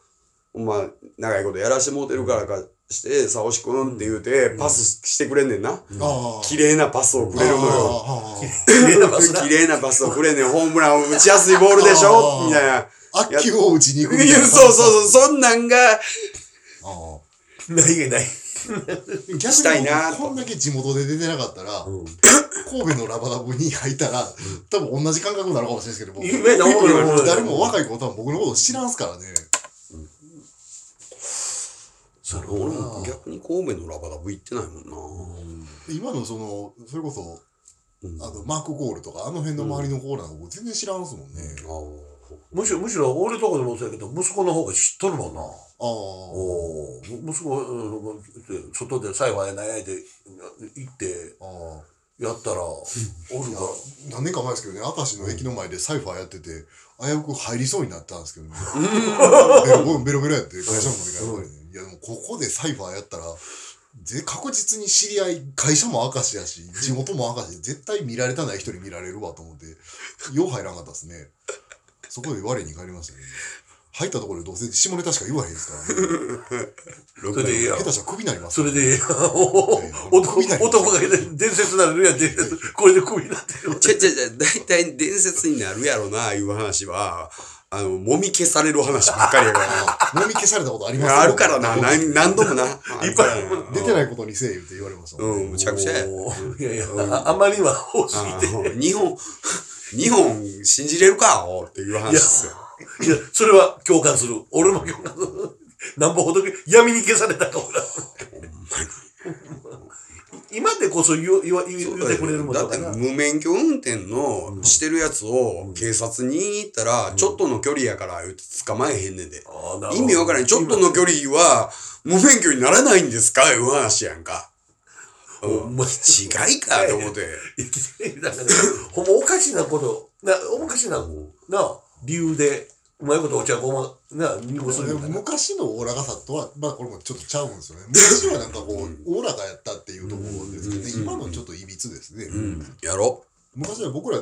ほんまあ、長いことやらしてもうてるからかして、さおしくんって言うて、パスしてくれんねんな。ああ。綺麗なパスをくれるのよ。あ綺麗な場所 な綺麗なパスをくれんねん。ホームランを打ちやすいボールでしあょーみたいな。あああ、悪球を打ちに行くみたいな。 そうそうそう、そんなんが、あないない。あ逆したいになとこんだけ地元で出てなかったら、神戸のラバダブに入ったら、多分同じ感覚になるかもしれないですけど、僕夢の思い思い誰も若い子多分僕のこと知らんすからね。俺も逆に神戸のラバダブ行ってないもんな。今のその、それこそ、あの、マーク・ゴールとか、あの辺の周りのコーラなんか僕全然知らんすもんね。あーむしろ、むしろ俺とこでもそうやけど、息子の方が知っとるもんな。あおおー。む息子、うん外で最後やないで行って、あ。ああ。やったら、おるから。何年か前ですけどね、明石の駅の前でサイファーやってて、危うく入りそうになったんですけどね。ベロベロベロやって、会社の飲み会で。いや、でもここでサイファーやったら、ぜ確実に知り合い、会社も明石やし、地元も明石で、絶対見られたない人に見られるわと思って、よう入らんかったですね。そこで我に返りましたね。入ったところでどうせ下ネタしか言わへんですからね。それでいいや下。手したらクビになりますそよ。れでいい や。おお男男が伝説なるやん、伝説。これでクビになって る。ちゃちゃちゃ、大体伝説になるやろな、いう話は、あの、もみ消される話ばっかりやか飲み消されたことあ りますら。あるからな、何何度もな。いっぱい出てないことにせえ言って言われましたもんね。うん、むちゃくちゃや。おーいやいや、ああまりには多すあぎて。ー日本、日本信じれるかおっていう話ですよ。いや、それは共感する。俺も共感する。なんぼほど闇に消されたか、俺は。今でこそ言う言わ言う言ってくれるもんだだっかてら。無免許運転のしてるやつを警察に行ったら、ちょっとの距離やから言って捕まえへんねんで。あーなるほど意味わからん。ちょっとの距離は無免許にならないんですかいう話やんか。お前違いかと思って。生きてるだから、ほんまおかしなこと、な、おかしな、な、理由で、うまいことお茶ごま、な、濁するみたいな。昔のおおらかさとは、まあこれもちょっとちゃうんですよね。昔はなんかこう、おおらかやったっていうところですけどね、今のちょっといびつですね。うん。やろ昔は僕ら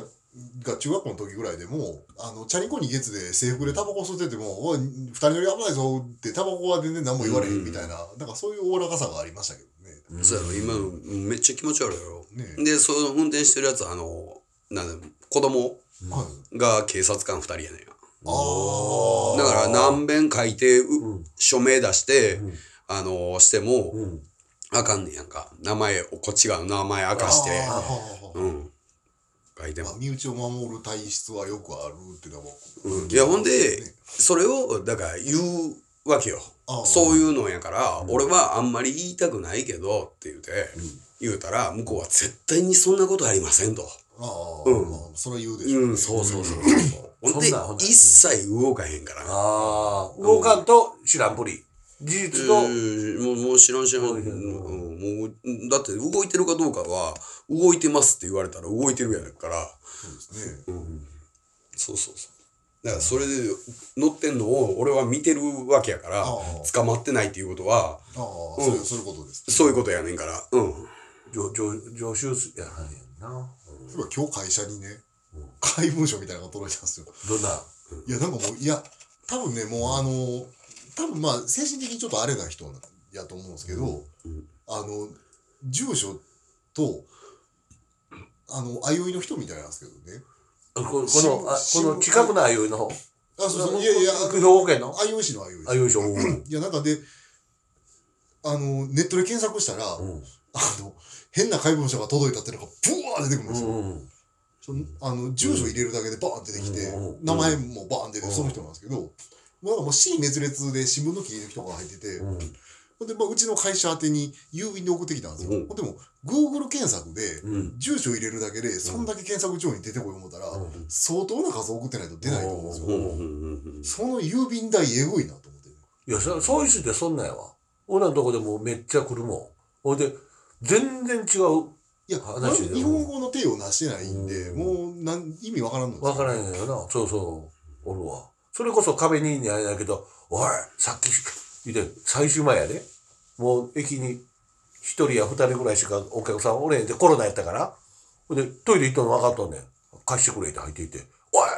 が中学校の時ぐらいでも、あの、チャリンコに月で制服でタバコ吸ってても、おい、二人乗り危ないぞってタバコは全然何も言われへんみたいな、なんかそういうおおらかさがありましたけどね。そうやろ。今のめっちゃ気持ち悪いやろ。ねで、その運転してるやつ、あの、なんだ子供はいが警察官二人やねんよ。あだから何遍書いて、う署名出して、あのしても、あかんねんやんか名前をこっちが名前明かしてあ。はあはうん書いてあまもあ、身内を守る体質はよくあるっていうのは、うんいやほんでそれをだから言うわけよああそういうのやから、俺はあんまり言いたくないけどって言うて、言うたら向こうは絶対にそんなことありませんと、ああ、うんまあ、それは言うでしょ。うん、そうそうそうそう。ほんでそんなんほん、なら一切動かへんから。ああ、動かんと知らんぷり。事え実と、ーもう、もう知らん知らん。動ういてるんもう、だって動いてるかどうかは、動いてますって言われたら動いてるやねんから。そうですね。そうそうそう。だからそれで乗ってんのを俺は見てるわけやからああ、捕まってないっていうことは、あうあ、んそういうそういうことです。そういうことやねんから。うん。常常習すやらんやんな。例えば今日会社にね、怪文書みたいなのが届いたんですよ。どんな、いや、なんかもう、いや、多分ね、もうあの、多分まあ、精神的にちょっとあれな人なんやと思うんですけど、あの、住所と、あの、相生いの人みたいなんですけどね。あここの、あしこの近くのあゆいの方。あ、そうそう、いやいや、兵庫県の相生市の相生あゆいしょ。いや、なんかで、あの、ネットで検索したら、んあの、変な怪文書が届いたっていうのが、ブワー出てくるんですよ。うん。そのあの住所入れるだけでバーンって出てきて、う名前もバーンって出て、その人なんですけど、もうなんかもう死に熱烈で新聞の切り抜きとかが入ってて、んほんで、まあ、うちの会社宛てに郵便で送ってきたんですよ。うんほんでも、Google 検索で、うん。住所入れるだけで、そんだけ検索上に出てこよう思ったら、相当な数送ってないと出ないと思うんですよ。ううんんうんうんその郵便代えぐいなと思って。いや、そそういう人ってそんなんやわ。俺らのとこでもめっちゃ来るもん。ほんで、全然違う。いや、話まだでも日本語の手をなしてないんで、うんもうなん意味わからんのですわからへんよな。そうそう。おるわ。それこそ壁にいんねややけど、おい、さっき、言って、最終前やで。もう駅に一人や二人ぐらいしかお客さんおれへんで、コロナやったから。ほんで、トイレ行ったの分かっとんねん。貸してくれって入っていて、おい、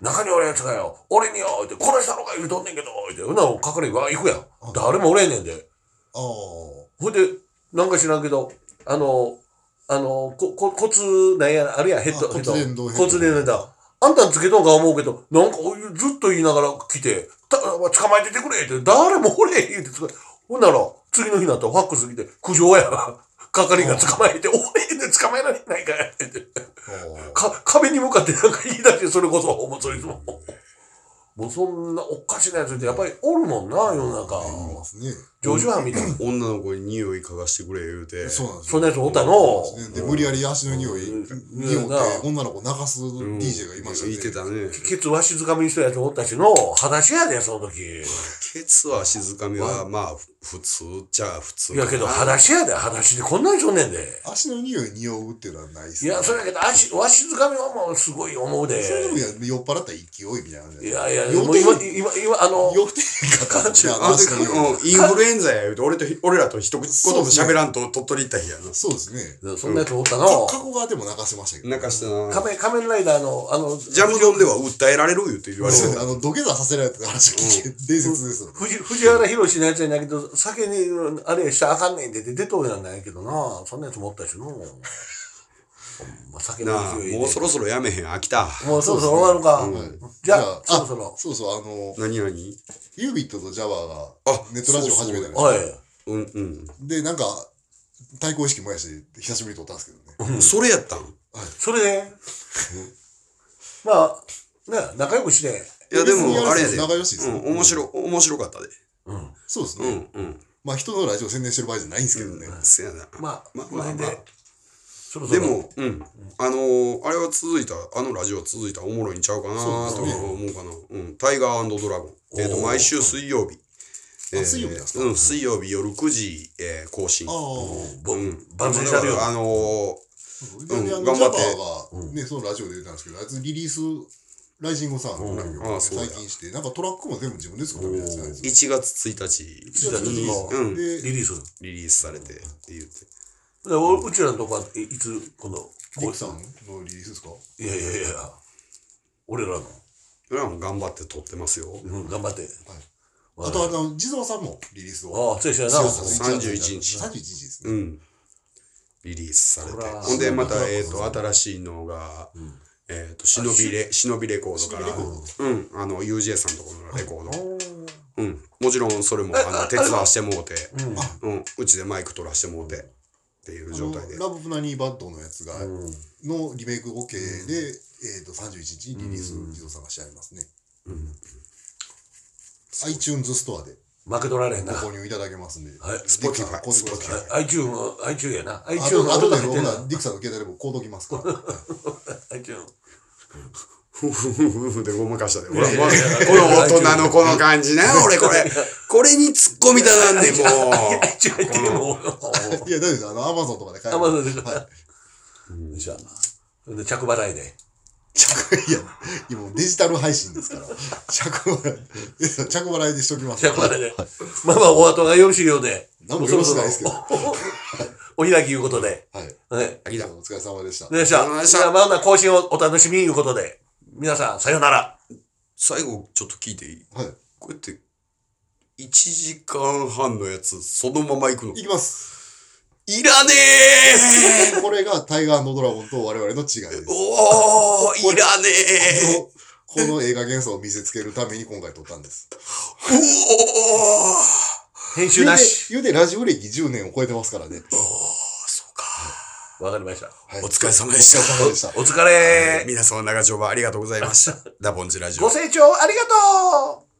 中におるやつがよ、俺によ、って殺したのか言うとんねんけど、って、ほな、係員わ、行くやん。誰もおれへんねんで。ああ、ほんで、なんか知らんけど、あの、あの、こ、こ、骨、なんや、あれや、ヘッド、あヘッド。骨伝導ヘッド骨伝導だ。あんたんつけとんか思うけど、なんかおいずっと言いながら来て、た捕まえててくれって、誰もおれへん言うて捕まえ、ほんなら、次の日になったらファックス来て、苦情や。係が捕まえて、おれへんで捕ま えられないかやって。あか、壁に向かってなんか言い出して、それこそ、もうそいつも。もうそんなおかしなやつって、やっぱりおるもんな、世の中あ、。言いますね。常習犯みたいな。女の子に匂い嗅がしてくれ言うて。そうなんですよそんなやつおったの。で、無理やり足の匂い、匂ってな女の子泣かす DJ がいましたね。言ってたね。ケツわしづかみにしたやつおったしの、裸足やで、その時。ケツは静かみは、まあ、ふ普通っちゃ普通。いやけど、あ裸足やで、裸足でこんなんしょんねんで。足の匂い匂うっていうのはないっすいねや、それやけど、足、わしづかみはもうすごい思うで。それでもいや酔っ払ったら勢いみたいな感じいだね。やいや、酔っもうて今、今、今、あの、酔ってかかっちゃう。の足時、うのん匂い。インフルエンザや言うて、俺と、俺らと一言も喋らんと鳥取行った日やな。そうですね。そんなやつおっかたの。加古川でも泣かせましたけど。なんかしたな。仮面、仮面ライダーの、あの、ジャムドンでは訴えられる言うて言われそるう です。ねあの、土下座させられたって話聞け、伝説ですよ。藤藤原宏のやつやないけど、酒に、あれしたらあかんねんで、出とるやないけどな。そんなやつもおったしの。ほんま酒のなあ、勢いで。もうそろそろやめへん、飽きた。もうそろそろ終わるか。じゃあ、そろそろ。そうそう、あの、何何ユービットとジャワーがあネットラジオ始めたんですよおい。うんうん。で、なんか、対抗意識燃やして、久しぶりに撮ったんですけどね。それやったんそれで、まあ、ね、仲良くして、いや、でも別に、あれれやですで。仲良しですうよん、面白、面白かったで。そうですうね。んうん。まあ、人のラジオ宣伝してる場合じゃないんですけどね。せやな。まあ、まあこの辺まあまであ、そろそでろ。も、うん。あのー、あれは続いた、あのラジオは続いたらおもろいんちゃうかなーと思うかな。うん。タイガードラゴン。えっと、毎週水曜日。えー水曜日なんですかうん、水曜日夜9時、えー更新。ああ。ぼうん。万全になるよ。あのー、で、うんあの頑ジャ張パってーが、ね、そのラジオで出たんですけど、あいつリリース、ライジングさんの楽曲うんあをあそうだ最近して、なんかトラックも全部自分で作ったみたいなやつなんですよ。 1月1日1リリース日うんリで、リース。リリースされてって言って。でおうちらのとこはいいつ、この、リこクさんのリリースですかういやいやいや、俺らの、俺らも頑張って撮ってますよ。うん、頑張って。あと、あの、地蔵さんもリリースを。ああ、そうやしやな。 31 31日31日ですうね。ん。リリースされほて。らほんで、また、えっ、と、新しいのが、えっ、と、忍びレ、忍びレコードから、うん、あの、UJ さんとこのレコード。うん。もちろん、それも、あの、手伝わしてもうて、うん。うちでマイク取らしてもうて、っていう状態で。ラブプナニーバッドのやつが、のリメイク OK で、えっと、31日にリリース地蔵さんがしてありますね。iTunes ストアで。負け取られへんな。ごはい。購入いただけますんで。はいディックさん、こうしてください。 iTune も、iTune やな。あ iTune と、のあと音でが入僕ってんなら、ディックさんの携帯でもコードきます から。 iTune。ふふふふでごまかしたで。ほら、ほらこの大人のこの感じな、俺これ。これに突っ込みたなんで、もう。 iTune 入ってるもん。いや、大丈夫です。あの、アマゾンとかで買えアばマゾンで買えばよっしゃ。で、着払いで。いや、今もうデジタル配信ですから。着払い、着払いでしときます。着払いで。まあまあ、お後がよろしいようで。何もよろしくないですけどもうそろそろ。お開きいうことで。はい。はいはい。秋田さんお疲れ様でした。でした。お疲れ様でしじたゃあ、まだ更新をお楽しみいうことで。皆さん、さようなら。最後、ちょっと聞いていいはい。こうやって、1時間半のやつ、そのまま行くの。いきます。いらね これがタイガードラゴンと我々の違いですえ。おー、いらねえこのこの映画幻想を見せつけるために今回撮ったんです。おー編集なし。言うて言うてラジオ歴10年を超えてますからね。そうか。わかりました。はいお疲れ様でお疲れした。様でした。お疲れ。 皆様長丁場ありがとうございました。ダボンジラジオご。清聴ありがとう